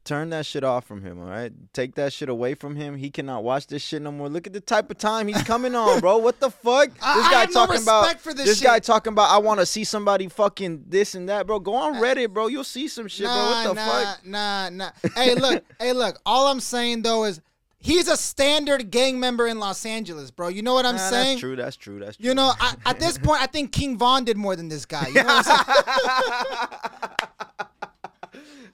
turn that shit off from him, all right? Take that shit away from him. He cannot watch this shit no more. Look at the type of time he's coming on, bro. What the fuck?
I-
this
I
guy
have no
about
respect for this
guy
shit.
talking about I want to see somebody fucking this and that, bro. Go on Reddit, bro. You'll see some shit, bro. What the
nah,
fuck?
Nah, nah. Hey, look. hey, look. All I'm saying, though, is he's a standard gang member in Los Angeles, bro. You know what I'm
Nah,
saying?
that's true. That's true. That's true.
You know, I, at this point, I think King Von did more than this guy. You know what I'm saying?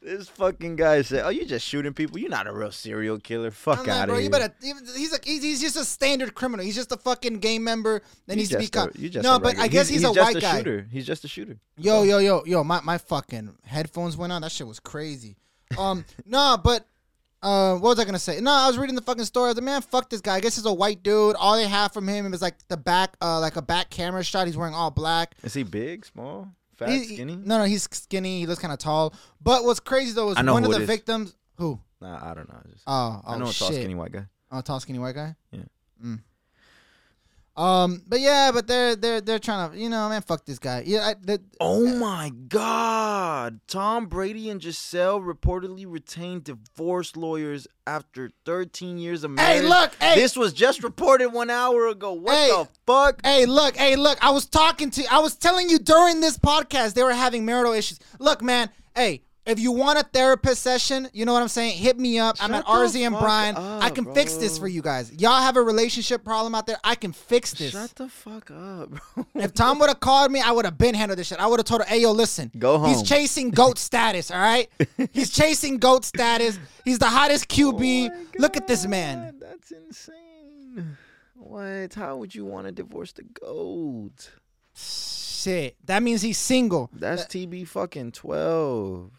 this fucking guy said, "Oh, you just shooting people. You're not a real serial killer. Fuck
I'm
out
like,
of
bro,
here."
you better. He's a, he's, he's just a standard criminal. He's just a fucking gang member that needs to be
just a-
caught.
you just
No,
a
but I
regular-
guess he's, a
just
white guy.
Shooter. He's just a shooter.
Yo, yo, yo, yo. My my fucking headphones went on. That shit was crazy. Um, nah, but. Uh, what was I gonna say? No, I was reading the fucking story. I was like, man, fuck this guy. I guess he's a white dude. All they have from him is like the back, uh, like a back camera shot. He's wearing all black.
Is he big, small, fat,
He- he-
skinny?
No, no, he's skinny. He looks kind of tall. But what's crazy though is
I know
one
who
of
it
the
is.
victims. Who?
Nah, I don't know. I Just,
Oh, oh
I know it's all
shit.
skinny white guy.
Oh, tall skinny white guy.
Yeah.
Mm. Um, but yeah, but they're they're they're trying to, you know, man, fuck this guy. Yeah, I, the,
Oh my God! Tom Brady and Giselle reportedly retained divorce lawyers after 13 years of marriage.
Hey, look, hey,
This was just reported one hour ago. What
Hey.
the fuck?
Hey, look, hey, look. I was talking to I was telling you during this podcast they were having marital issues. Look, man, hey, if you want a therapist session, you know what I'm saying? Hit me up. I'm
Shut
at RZ
the
and
fuck
Brian. I
up,
can fix this
bro.
for you guys. Y'all have a relationship problem out there. I can fix this.
Shut the fuck up, bro.
if Tom would have called me, I would have been handled this shit. I would have told her, hey, yo, listen.
Go
He's
home."
chasing GOAT status, all right? He's chasing GOAT status. He's the hottest QB.
Oh my
Look at this man.
God, That's insane. What? How would you want to divorce the goat?
Shit. That means he's single.
That's TB fucking 12.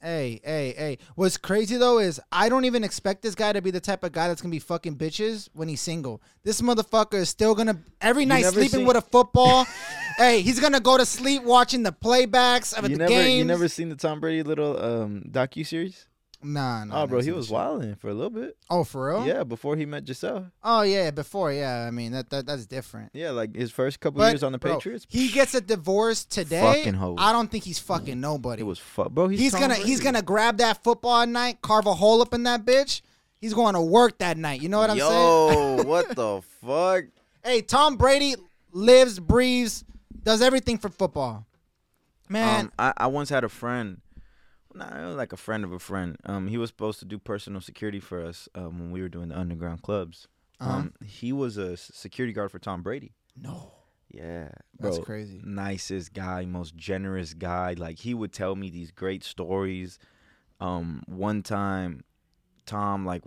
Hey, hey, hey. What's crazy though is I don't even expect this guy to be the type of guy that's gonna be fucking bitches when he's single. This motherfucker is still gonna every night
never
sleeping
seen-
with a football. hey, he's gonna go to sleep watching the playbacks of
you
the
never
games.
you never seen the Tom Brady little um docu series?
Nah, nah.
Oh,
nah,
bro,
it's
he
not
was
shit.
wilding for a little bit.
Oh, for real?
Yeah, before he met Giselle.
Oh yeah, before yeah. I mean that, that that's different.
Yeah, like his first couple
But,
years on the
bro,
Patriots.
he gets a divorce today.
Fucking hoe.
I don't think he's fucking nobody.
it was fuck, bro. He's,
he's
Tom
gonna
Brady.
he's gonna grab that football at night, carve a hole up in that bitch. He's going to work that night. You know what I'm saying?
Yo, what the fuck?
Hey, Tom Brady lives, breathes, does everything for football. Man,
Um, I, I once had a friend, not like a friend of a friend. Um, he was supposed to do personal security for us um, when we were doing the underground clubs.
Uh-huh.
Um, he was a s- security guard for Tom Brady.
no.
Yeah,
That's
bro,
crazy.
Nicest guy, most generous guy. Like he would tell me these great stories. Um, one time, Tom like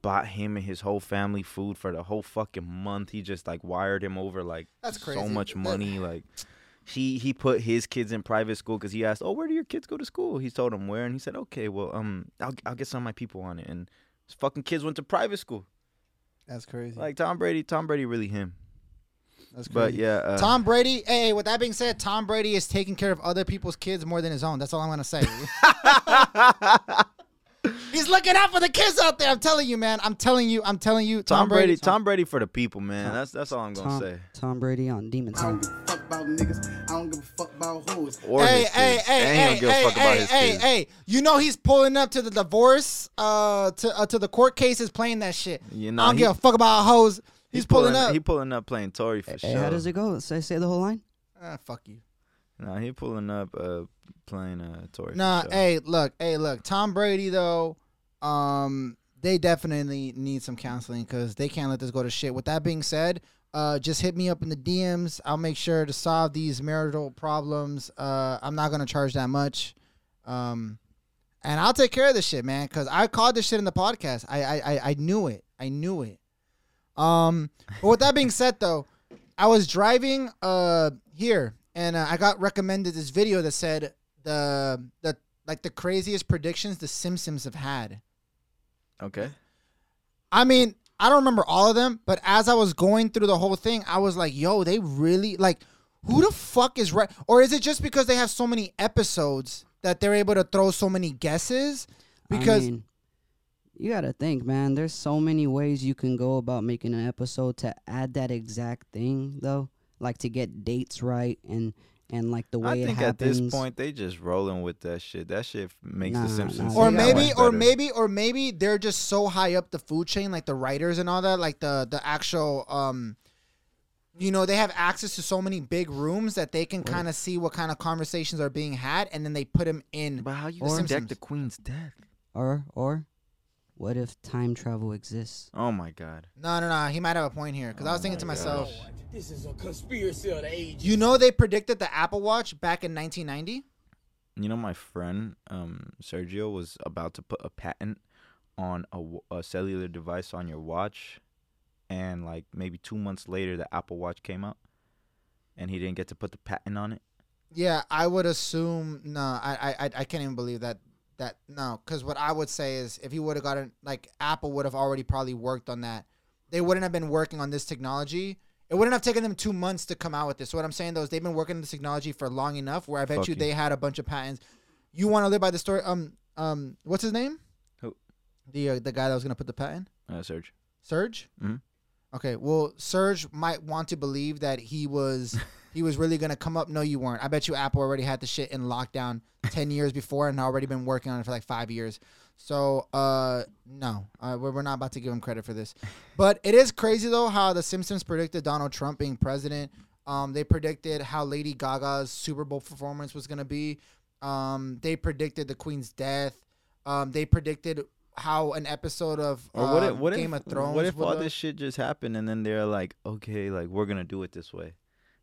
bought him and his whole family food for the whole fucking month. He just like wired him over like
That's
so
crazy.
much
That-
money. Like he he put his kids in private school because he asked, "Oh, where do your kids go to school?" He told him where, and he said, "Okay, well, um, I'll I'll get some of my people on it." And his fucking kids went to private school.
That's crazy.
Like Tom Brady, Tom Brady really him.
That's crazy.
But yeah, uh,
Tom Brady, hey, with that being said, Tom Brady is taking care of other people's kids more than his own. That's all I'm going to say. He's looking out for the kids out there. I'm telling you, man. I'm telling you. I'm telling you.
Tom Brady, Tom Brady for the people, man. that's that's all I'm gonna
Tom,
say.
Tom Brady on Demon
I
Time.
don't give a fuck about niggas. I don't give a fuck about hoes.
Or
hey,
his
hey,
kids.
hey,
and he
hey,
don't give a
hey,
fuck about
hey,
his
hey,
kids.
hey. You know he's pulling up to the divorce, uh, to uh, to the court cases, playing that shit.
You know,
I don't
he-
give a fuck about hoes. He's, pulling, up.
He pulling up playing Tory for
Hey,
sure.
how does it go? Say say the whole line.
Ah, fuck you.
Nah, he pulling up uh, playing uh, Tory.
Nah,
for sure.
hey, look, hey, look. Tom Brady though, um, they definitely need some counseling because they can't let this go to shit. With that being said, uh, just hit me up in the DMs. I'll make sure to solve these marital problems. Uh, I'm not gonna charge that much, um, and I'll take care of this shit, man. Because I called this shit in the podcast. I, I, I, I knew it. I knew it. Um, but with that being said, though, I was driving uh here and uh, I got recommended this video that said the the like the craziest predictions the Simpsons have had.
Okay.
I mean, I don't remember all of them, but as I was going through the whole thing, I was like, "Yo, they really like who the fuck is right?" Or is it just because they have so many episodes that they're able to throw so many guesses? Because
I mean, you gotta think, man. There's so many ways you can go about making an episode to add that exact thing, though. Like to get dates right and and like the way
I
it
think at
happens.
this point they just rolling with that shit. That shit makes
Nah,
the Simpsons.
nah,
or
they
that
got
maybe
much
or
better.
maybe or maybe they're just so high up the food chain like the writers and all that like the the actual um you know they have access to so many big rooms that they can kind of see what kind of conversations are being had and then they put them in
But how you
Or-
predict the
Simpsons.
Queen's death?
or or what if time travel exists?
Oh my God.
no no no he might have a point here because
Oh
i was thinking to myself
This is a conspiracy of the age.
you know they predicted the apple watch back in 1990
You know, my friend um, Sergio was about to put a patent on a, w- a cellular device on your watch, and like maybe two months later, the Apple Watch came out, and he didn't get to put the patent on it.
yeah i would assume no i i i I can't even believe that that no because what i would say is if he would have gotten like apple would have already probably worked on that they wouldn't have been working on this technology. It wouldn't have taken them two months to come out with this. So what I'm saying though is they've been working on this technology for long enough. Where I bet you
Fucking-
they had a bunch of patents. You want to live by the story? Um, um, what's his name?
Who?
The uh, the guy that was gonna put the patent,
Uh, Serge.
Serge.
Mhm.
Okay, well, Serge might want to believe that he was he was really gonna come up. No, you weren't. I bet you Apple already had the shit in lockdown ten years before and already been working on it for like five years. So, uh, no, uh, we're, we're not about to give him credit for this. But it is crazy though how the Simpsons predicted Donald Trump being president. Um, they predicted how Lady Gaga's Super Bowl performance was gonna be. Um, they predicted the Queen's death. Um, they predicted how an episode of
Or what
uh,
if what
Game
if
of Thrones
what if
would
all
look.
this shit just happened and then they're like, okay, like we're gonna do it this way,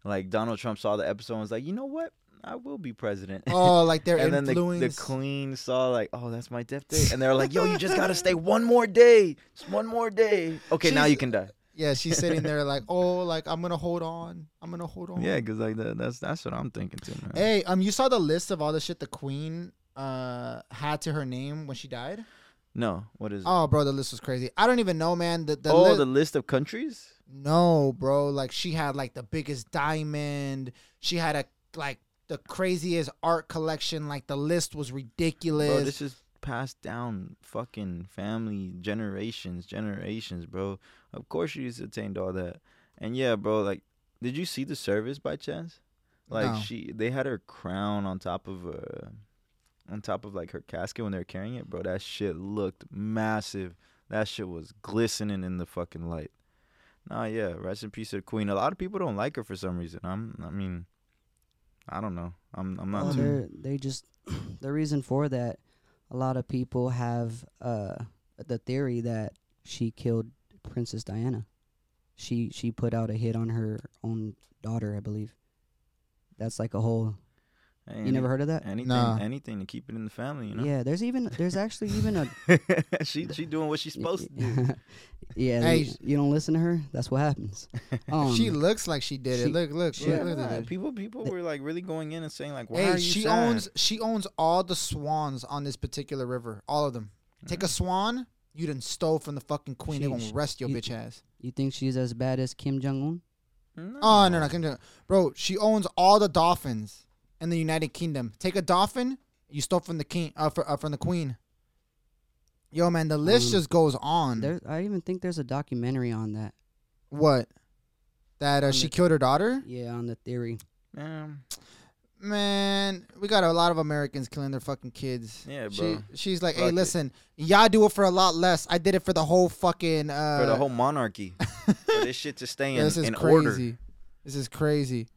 like Donald Trump saw the episode and was like, you know what, I will be president.
Oh, like they're
and then the,
influenced.
the queen saw like, oh, that's my death day, and they're like, yo, you just gotta stay one more day, just one more day. Okay, now
She's-
you can die.
yeah, she's sitting there like, oh, like I'm gonna hold on. I'm gonna hold on.
Yeah, cause like that, that's that's what I'm thinking too, man.
Hey, um, you saw the list of all the shit the queen uh had to her name when she died?
No, what is? it?
Oh, bro, the list was crazy. I don't even know, man. The, the
oh,
li-
the list of countries.
no, bro. Like she had like the biggest diamond. She had a like the craziest art collection. Like the list was ridiculous.
Bro, this is passed down fucking family generations, generations, bro. Of course she's attained all that. And yeah, bro, like did you see the service by chance? Like
No.
she they had her crown on top of uh on top of like her casket when they were carrying it, bro. That shit looked massive. That shit was glistening in the fucking light. Nah, yeah, rest in peace to the queen. A lot of people don't like her for some reason. I'm I mean I don't know. I'm I'm not
Well,
too
they're- they just the reason for that. A lot of people have uh, the theory that she killed Princess Diana. She she put out a hit on her own daughter, I believe. That's like a whole.
Hey,
You
any-
never heard of that?
anything
Nah.
anything to keep it in the family, you know.
Yeah, there's even there's actually even a.
she she doing what she's supposed to do.
yeah,
Hey,
you- you don't listen to her. That's what happens. Um,
she looks like she did it.
she-
Look, look,
she-
look,
Yeah,
look,
nah,
look, look.
people people were like really going in and saying like, "Why
Hey,
are you
she
sad?"
owns she owns all the swans on this particular river. All of them. Take
Mm.
a swan, you done stole from the fucking queen. They're
She-
gonna
she-
arrest your
you-
bitch ass.
you think she's as bad as Kim Jong Un?
No.
Oh no no, come to- bro. She owns all the dolphins in the United Kingdom. Take a dolphin, you stole from the king, uh, fr- uh, from the queen. Yo man, the list
Um,
just goes on.
There, I even think there's a documentary on that.
what? That uh,
On
she
the-
killed her daughter?
Yeah, on the theory.
Um,
Man, we got a lot of Americans killing their fucking kids.
Yeah,
She,
bro.
she's like, hey,
Fuck it.
listen, y'all do it for a lot less. I did it for the whole fucking. Uh,
for the whole monarchy, for this shit to stay in,
Yeah, this is
in
crazy.
order. You
This is crazy.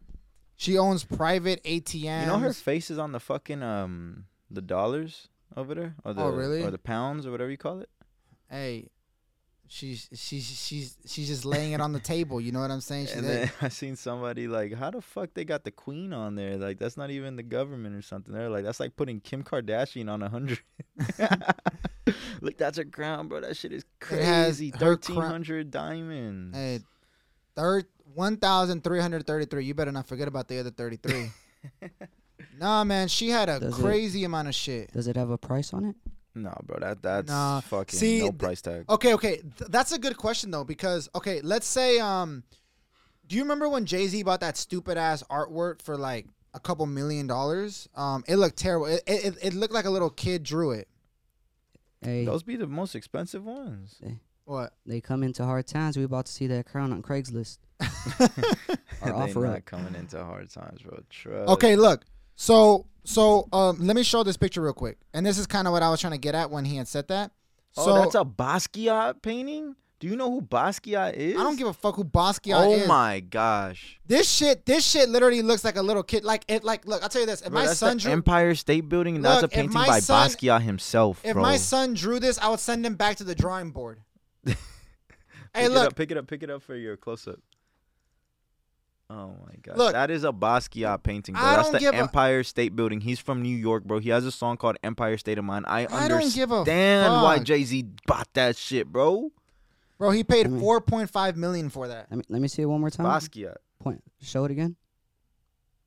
She owns private ATMs.
know her face is on the fucking um the dollars over there, or the
Oh, really?
or the pounds or whatever you call it.
hey, she's she's she's she's just laying it on the table. You know what I'm saying? She's
and
like-
then I seen somebody like, "How the fuck they got the queen on there? Like that's not even the government or something." They're like, "That's like putting Kim Kardashian on a hundred. Look, that's her crown, bro. That shit is
has her
crazy.
crown-
Thirteen hundred diamonds.
hey, third one thousand three hundred thirty-three. You better not forget about the other thirty-three. nah, man, she had a
Does it-
crazy amount of shit.
Does it have a price on it?
No, bro, that that's
Nah.
fucking
See,
no
th- Oh,
price tag.
Okay, okay, Th- that's a good question though because okay, let's say um, do you remember when Jay Z bought that stupid ass artwork for like a couple million dollars? Um, it looked terrible. It it, it- it looked like a little kid drew it.
Hey,
Those be the most expensive ones.
What?
they come into hard times. We about to see that crown on Craigslist or
they
offer
not
up.
coming into hard times, bro. Trust.
Okay, look. So so um, let me show this picture real quick, and this is kind of what I was trying to get at when he had said that.
Oh,
So
that's a Basquiat painting. Do you know who Basquiat is?
I don't give a fuck who Basquiat
Oh
is.
my gosh!
This shit, this shit literally looks like a little kid. Like it, like look. I'll tell you this. If
Bro,
my
that's
son
the
drew,
Empire State Building. and that's a
Look, if
painting
my
by
son-
Basquiat himself,
if
bro.
my son drew this, I would send him back to the drawing board. hey,
pick It
look,
up, pick it up. Pick it up for your close up. Oh my god!
Look.
that is a Basquiat painting, bro.
I
That's
don't
the
give a-
Empire State Building. He's from New York, bro. He has a song called Empire State of Mind. I
I don't
understand
give a
why
fuck.
Jay Z bought that shit, bro.
bro. He paid
I
Mm.
mean-
four point five million for that,
Let me, let me see it one more time.
Basquiat.
Point. Show it again.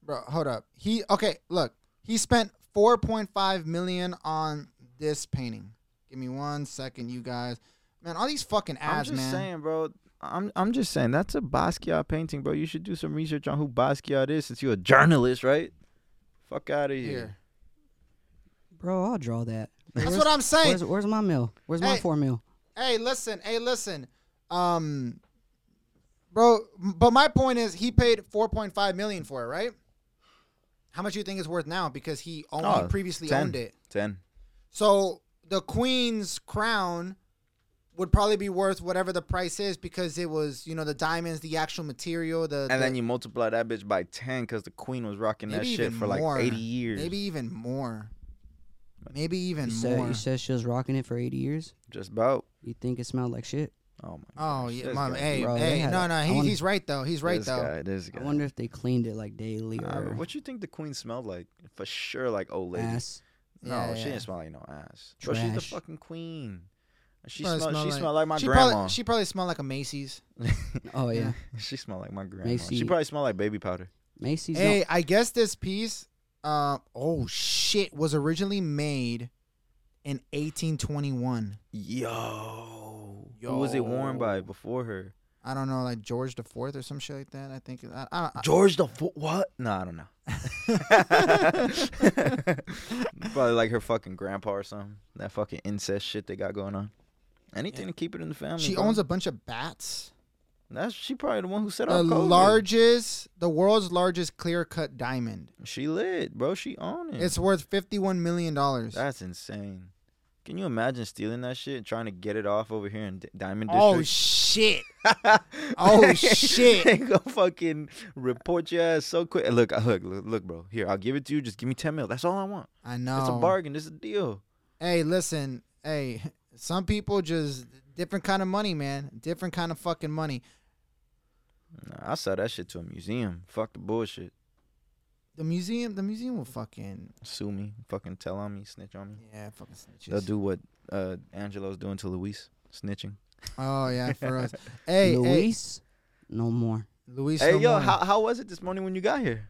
bro. Hold up. He okay. Look, he spent four point five million on this painting. Give me one second, you guys. Man, all these fucking
I'm
ads,
just
man.
saying, bro. I'm I'm just saying that's a Basquiat painting, bro. You should do some research on who Basquiat is since you're a journalist, right? Fuck out of here.
Here,
bro, I'll draw that.
That's what I'm saying.
Where's, where's my mill? Where's my
Hey.
four mill?
Hey, listen. Hey, listen. Um, bro. m- But my point is, he paid four point five million for it, right? How much do you think it's worth now? Because he only
Oh,
previously
10,
owned it.
Ten.
So the queen's crown would probably be worth whatever the price is because it was, you know, the diamonds, the actual material, the
And
the-
then you multiply that bitch by ten because the queen was rocking that
maybe
shit
even
for like
more.
eighty years.
maybe even more, maybe even
You
more.
said, you said she was rocking it for 80 years.
just about.
You think it smelled like shit?
Oh my.
oh
gosh,
yeah,
this
mom,
guy-
hey,
Bro, they
hey,
had
no,
a-
no,
I
he,
wanna-
he's right though. He's right
this
though.
Guy, this guy.
I wonder if they cleaned it like daily
Uh,
or
what you think the queen smelled like? For sure, like old lady.
ass.
No,
Yeah,
she
yeah.
didn't smell like no ass. Bro, she's the
Trash.
fucking queen. She
Probably
smelled.
smell
she smelled like my
she
grandma.
Probably, she probably smelled like a Macy's.
Oh yeah,
she smelled like my grandma. She
Macy-
probably smelled like baby powder.
Macy's.
hey,
Hey.
I guess this piece, uh, oh shit, was originally made in 1821.
Yo. Who was it worn by before her?
I don't know, like George the Fourth or some shit like that. I think. I, I, I,
George the Foot? What? No, I don't know. probably like her fucking grandpa or something. That fucking incest shit they got going on. Anything to keep it in the family.
she
bro.
owns a bunch of bats.
That's she probably the one who set
The
up COVID.
largest, the world's largest clear-cut diamond.
She lit, bro. She on it.
It's worth fifty-one million dollars.
That's insane. Can you imagine stealing that shit and trying to get it off over here in D- Diamond District?
Oh shit! oh, shit.
They go fucking report your ass so quick. And Look, uh, look, look, look, bro. Here, I'll give it to you. Just give me ten mil. That's all I want.
I know.
It's a bargain. It's a deal.
Hey, listen. Hey, some people just different kind of money, man. Different kind of fucking money.
Nah, I sell that shit to a museum. Fuck the bullshit.
The museum, the museum will fucking
Sue me. Fucking tell on me. Snitch on me.
yeah, fucking snitches.
They'll do what uh, Angelo's doing to Luis. Snitching.
Oh yeah, for us. Hey, Luis.
Luis, no more.
Hey, Luis
Hey,
no
yo,
more.
how, how was it this morning when you got here?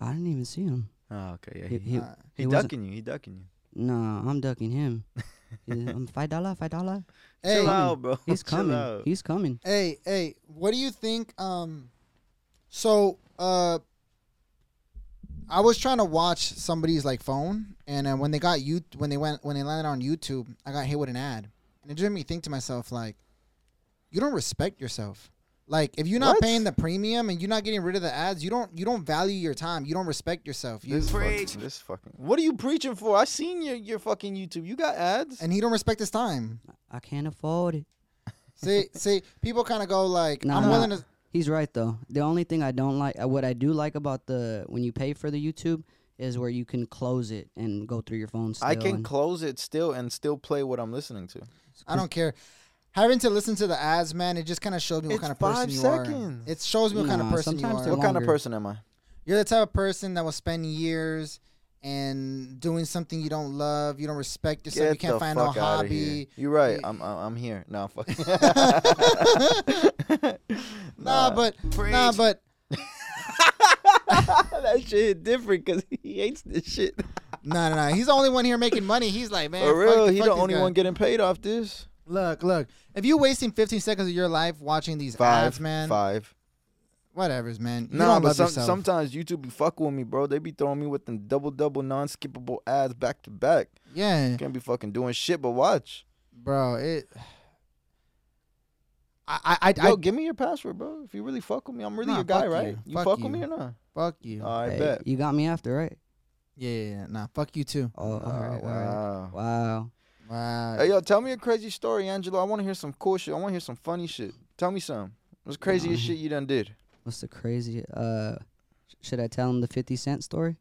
I didn't even see him.
Oh, okay. Yeah,
He,
he,
he,
uh,
he
he wasn't-
ducking you. He ducking you.
nah, I'm ducking him. Yeah, I'm five dollar, five dollar.
hey,
Chill out, bro.
He's
Oh, Chill
coming.
out.
He's coming.
hey, hey, what do you think? Um, so uh, I was trying to watch somebody's like phone, and uh, when they got you, when they went, when they landed on YouTube, I got hit with an ad, and it just made me think to myself like, you don't respect yourself. Like if you're not
What?
paying the premium and you're not getting rid of the ads, you don't you don't value your time. You don't respect yourself. You
This
Preach.
fucking, this fucking. What are you preaching for? I seen your your fucking YouTube. You got ads.
and he don't respect his time.
I can't afford it.
See, see, people kind of go like,
Nah,
I'm
nah.
willing to.
He's right though. The only thing I don't like, uh, what I do like about the when you pay for the YouTube is where you can close it and go through your phone. Still
I can
and-
close it still and still play what I'm listening to.
I don't care. Having to listen to the ads, man, it just kind of showed me what
It's
kind of person
five
you
seconds.
are. It shows me what kind of
Nah,
person you
sometimes
are.
they're
What kind of
longer.
person am I?
You're the type of person that will spend years and doing something you don't love. You don't respect yourself. you can't find a
fuck outta here.
hobby.
You're right.
You-
I'm I'm I'm here. No, fuck.
Nah, but nah, but
that shit hit different because he hates this shit.
no, no, no. He's the only one here making money. He's like, man,
For real,
fuck,
he
fuck
the
these
only
guys.
one getting paid off this.
Look, look. If you're wasting 15 seconds of your life watching these
Five,
ads, man,
Five.
whatever's, man. You
Nah,
don't
but
love
some,
yourself.
sometimes YouTube be fucking with me, bro. They be throwing me with them double double non skippable ads back to back.
yeah.
Can't be fucking doing shit, but watch.
bro. It. I I I,
Yo,
I
give me your password, bro. If you really fuck with me, I'm really
Nah,
your guy,
fuck you.
right? You
Fuck
fuck
you.
with me or not?
fuck you.
I
Hey,
bet.
You got me after, right?
yeah, yeah, yeah, nah, fuck you too.
Oh, all
Oh,
right, all right.
wow.
Wow.
Wow.
Hey, yo, tell me a crazy story, Angelo. I want to hear some cool shit. I want to hear some funny shit. Tell me some. What's the craziest shit you done did?
What's the crazy? Uh, sh- should I tell him the Fifty Cent story?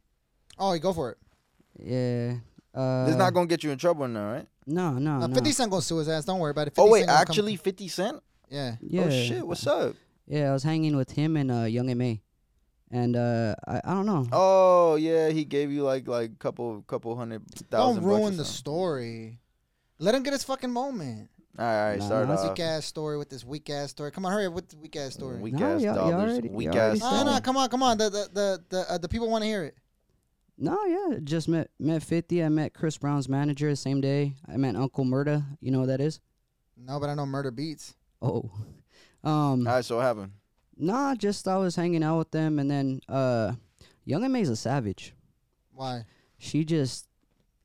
Oh, go for it.
Yeah. Uh,
This not gonna get you in trouble now, right?
No, no,
Nah,
Oh, no.
Fifty Cent gonna sue his ass. Don't worry about it. 50
Oh wait,
Cent gonna come-
actually, Fifty Cent.
yeah.
Yeah.
Oh shit, what's up?
Yeah, I was hanging with him and uh, Young M.A. And uh, I, I don't know.
Oh yeah, he gave you like like couple couple hundred thousand.
Don't ruin the
bucks or
story. Let him get his fucking moment.
something. All right, all right,
Nah,
start
nah, it's
off.
Weak ass story with this weak ass story. Come on, hurry up with the weak ass story.
Mm, Weak
No,
ass
y'all- y'all
dollars.
already-
weak
y'all already
ass.
said
No,
dollars.
no, come on, come on. The the the the, uh, the people want to hear it.
No, yeah, just met met Fifty. I met Chris Brown's manager the same day. I met Uncle Murda. You know what that is?
No, but I know murder beats.
Oh, um,
All right, so what happened?
nah, just I was hanging out with them, and then uh, Young M.A.'s a savage.
Why?
She just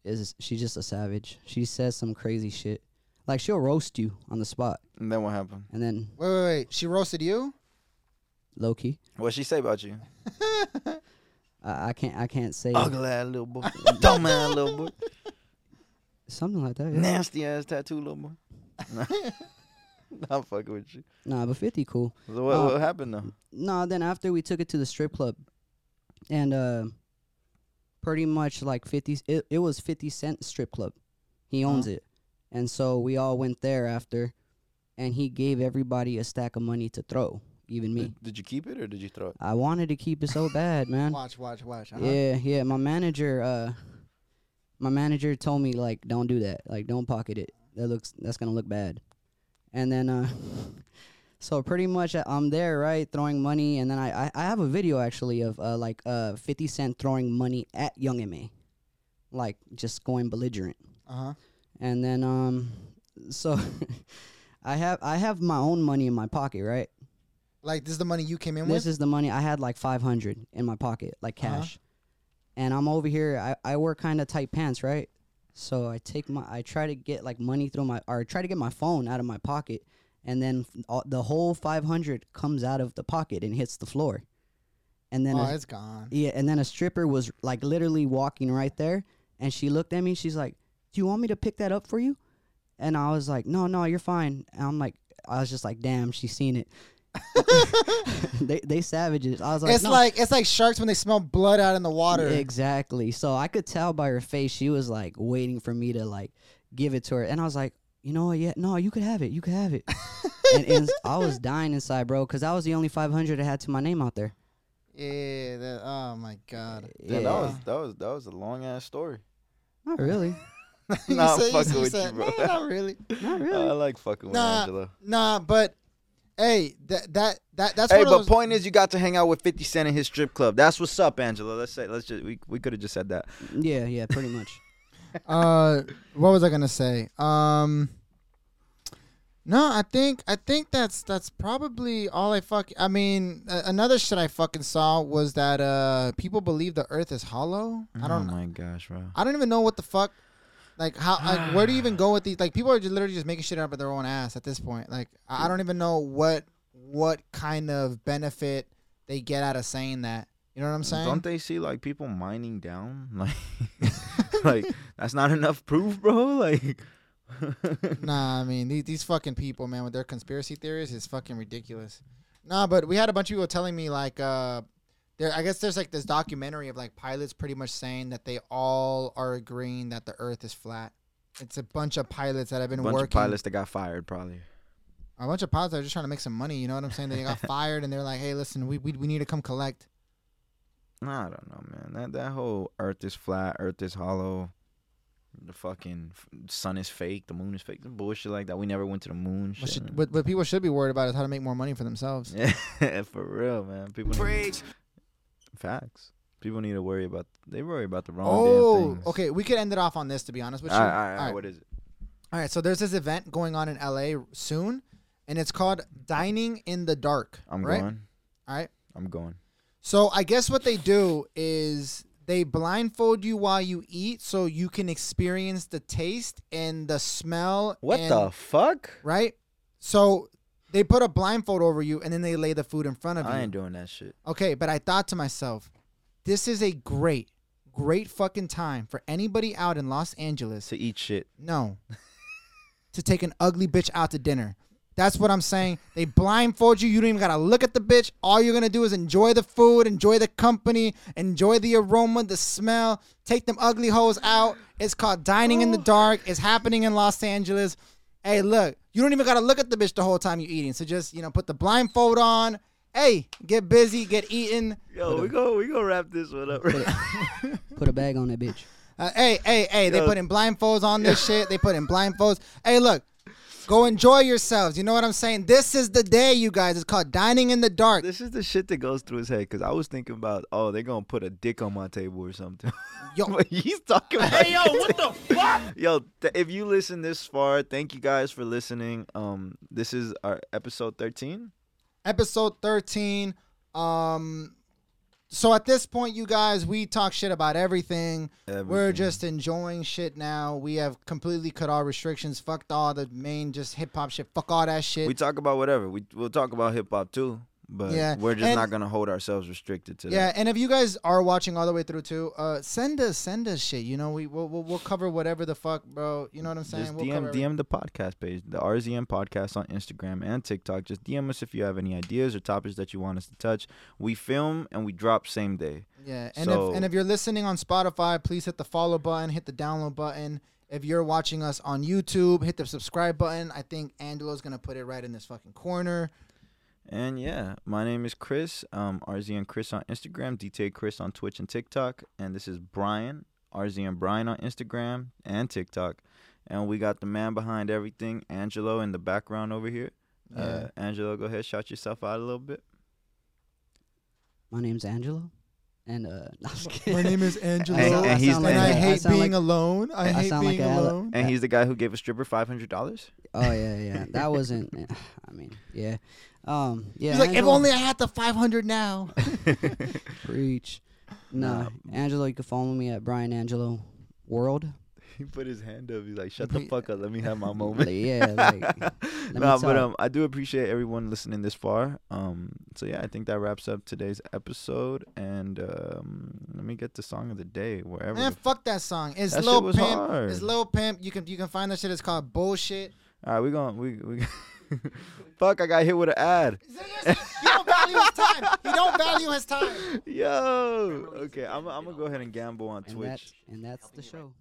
is she's just a savage. She says some crazy shit. Like she'll roast you on the spot,
And then what happened?
and then
Wait, wait, wait. She roasted you?
low key,
What she say about you?
I, I can't I can't say
Ugly ass little boy, dumb ass little boy,
something like that. yeah.
nasty ass tattoo little boy. I'm fucking with you.
Nah, but Fifty cool.
So what,
Uh,
what happened though?
No, then after we took it to the strip club, and uh, pretty much like fifty, it, it was fifty cent strip club. He owns it, and so we all went there after, and he gave everybody a stack of money to throw, even me.
Did, did you keep it or did you throw it?
I wanted to keep it so bad, man.
Watch, watch, watch. Uh-huh.
Yeah, yeah. My manager, uh, my manager told me like, don't do that. Like, don't pocket it. That looks that's gonna look bad. And then, uh, so pretty much I- I'm there, right, throwing money, and then I I, I have a video actually of uh, like uh 50 Cent throwing money at Young M.A. like just going belligerent.
Uh-huh.
And then um, so I have I have my own money in my pocket, right?
Like this is the money you came in
this
with?
is the money I had like 500 in my pocket, like
Uh-huh.
cash. And I'm over here. I, I wear kind of tight pants, right? So I take my I try to get like money through my or try to get my phone out of my pocket, and then f- all, the whole 500 comes out of the pocket and hits the floor. And then
oh,
a-
it's gone.
yeah, and then a stripper was like literally walking right there, and she looked at me. She's like, "Do you want me to pick that up for you?" And I was like, "No, no, you're fine." And I'm like, I was just like, "Damn, she's seen it." they they savages. I was like,
it's
"No."
like it's like sharks when they smell blood out in the water.
exactly. So I could tell by her face she was like waiting for me to like give it to her, and I was like, "You know what? Yeah, no, you could have it. You could have it." and, and I was dying inside, bro, because I was the only 500 I had to my name out there.
Yeah. That, oh my god.
Damn, that was that was that was a long ass story.
Not really.
You
nah, I'm
said- you
fucking
said-
with you,
said,
bro.
"Nah, not really.
Not really.
I like fucking with
Nah.
Angela.
Nah, but hey, that that that that's
Hey,
one of
but
those-
point is, you got to hang out with Fifty Cent in his strip club. That's what's up, Angela. Let's say, let's just we, we could have just said that.
Yeah, yeah, pretty much.
uh what was I gonna say? Um No, I think I think that's that's probably all I fuck I mean a another shit I fucking saw was that uh people believe the earth is hollow. I don't
Oh my gosh, bro.
I don't even know what the fuck like how like where do you even go with these like people are just literally just making shit up of their own ass at this point. Like I I don't even know what what kind of benefit they get out of saying that. You know what I'm saying?
Don't they see like people mining down? Like, like that's not enough proof, bro. Like,
Nah, I mean these, these fucking people, man, with their conspiracy theories is fucking ridiculous. Nah, but we had a bunch of people telling me like, uh, there. I guess there's like this documentary of like pilots pretty much saying that they all are agreeing that the Earth is flat. It's a bunch of pilots that have
a
been
bunch
working.
of pilots that got fired, probably.
A bunch of pilots that are just trying to make some money. You know what I'm saying? They got fired and they're like, hey, listen, we we, we need to come collect.
Nah, I don't know, man. That that whole Earth is flat, Earth is hollow, the fucking f- sun is fake, the moon is fake, the bullshit like that. We never went to the moon.
What,
Shit,
should,
man.
what, what people should be worried about is how to make more money for themselves.
yeah, for real, man. People need,
Preach.
facts. People need to worry about. They worry about the wrong damn
Oh,
things.
okay. We could end it off on this, to be honest with you.
All right, all right, all
All
right.
right.
What is it?
All right, so there's this event going on in LA soon, and it's called Dining in the Dark.
I'm
right?
going.
All right.
I'm going.
So I guess what they do is they blindfold you while you eat so you can experience the taste and the smell.
What
and-
the fuck?
Right? So they put a blindfold over you and then they lay the food in front of you.
I ain't doing that shit.
Okay, but I thought to myself, this is a great, great fucking time for anybody out in Los Angeles
To eat shit.
No. to take an ugly bitch out to dinner. That's what I'm saying. They blindfold you. You don't even gotta look at the bitch. All you're gonna do is enjoy the food, enjoy the company, enjoy the aroma, the smell. Take them ugly hoes out. It's called dining in the dark. It's happening in Los Angeles. Hey, look, you don't even gotta look at the bitch the whole time you're eating. So just you know, put the blindfold on. Hey, get busy, get eating.
Yo, we go we gonna wrap this one up. Right?
Put a bag on that bitch.
Uh, hey, hey, hey, they put in blindfolds on this shit. They put in blindfolds. Hey, look, go enjoy yourselves. You know what I'm saying? This is the day, you guys. It's called Dining in the Dark.
this is the shit that goes through his head because I was thinking about, oh, they're gonna put a dick on my table or something.
Yo.
but he's talking about. Hey, yo, what the fuck? Yo, th- if you listen this far, thank you guys for listening. Um, this is our episode thirteen.
Episode 13. Um, So at this point, you guys, we talk shit about everything. We're
Everything.
just enjoying shit now. We have completely cut all restrictions. Fucked all the main just hip hop shit. Fuck all that shit.
we talk about whatever. We we'll talk about hip hop too, but
Yeah,
we're just
and-
not gonna hold ourselves restricted to
yeah,
that.
and if you guys are watching all the way through too, uh, send us send us shit. You know, we we'll, we'll, we'll cover whatever the fuck, bro. You know what I'm saying?
Just
we'll
DM
cover
DM the podcast page, the RZM podcast on Instagram and TikTok. Just DM us if you have any ideas or topics that you want us to touch. We film and we drop same day.
Yeah, and
So-
if and if you're listening on Spotify, please hit the follow button, hit the download button. If you're watching us on YouTube, hit the subscribe button. I think Angelo's gonna put it right in this fucking corner.
And yeah, my name is Chris, um, RZN Chris on Instagram, DT Chris on Twitch and TikTok, and this is Brian, RZN Brian on Instagram and TikTok, and we got the man behind everything, Angelo, in the background over here. Uh, Angelo, go ahead, shout yourself out a little bit.
My name's Angelo, and uh, no, I'm just
My
kidding.
name is Angelo,
And- and
and,
he's-
sound
and
I
like a-
hate
sound
being
like-
alone. I,
I
hate
sound like
being
a-
alone.
And he's the guy who gave a stripper five hundred dollars.
Oh yeah, yeah. That wasn't. I mean, yeah. Um, yeah.
he's like, if
Angelo-
only I had the 500 now.
Preach. Nah,
Nah.
Angelo, you can follow me at Brian Angelo World.
He put his hand up. He's like, "Shut the fuck up. Let me have my moment."
Like, yeah, like me
nah, but
talk.
um, I do appreciate everyone listening this far. Um, so yeah, I think that wraps up today's episode. And um, let me get the song of the day wherever.
Man,
the-
fuck that song. It's
That shit
Lil
was
Pimp.
hard.
It's Lil Pimp. You can you can find that shit. It's called bullshit.
All right, we gonna we we. fuck! I got hit with an ad.
You don't value his time. You don't value his time.
Yo. Okay, I'm I'm gonna go ahead and gamble on
and, that,
Twitch.
and that's the show.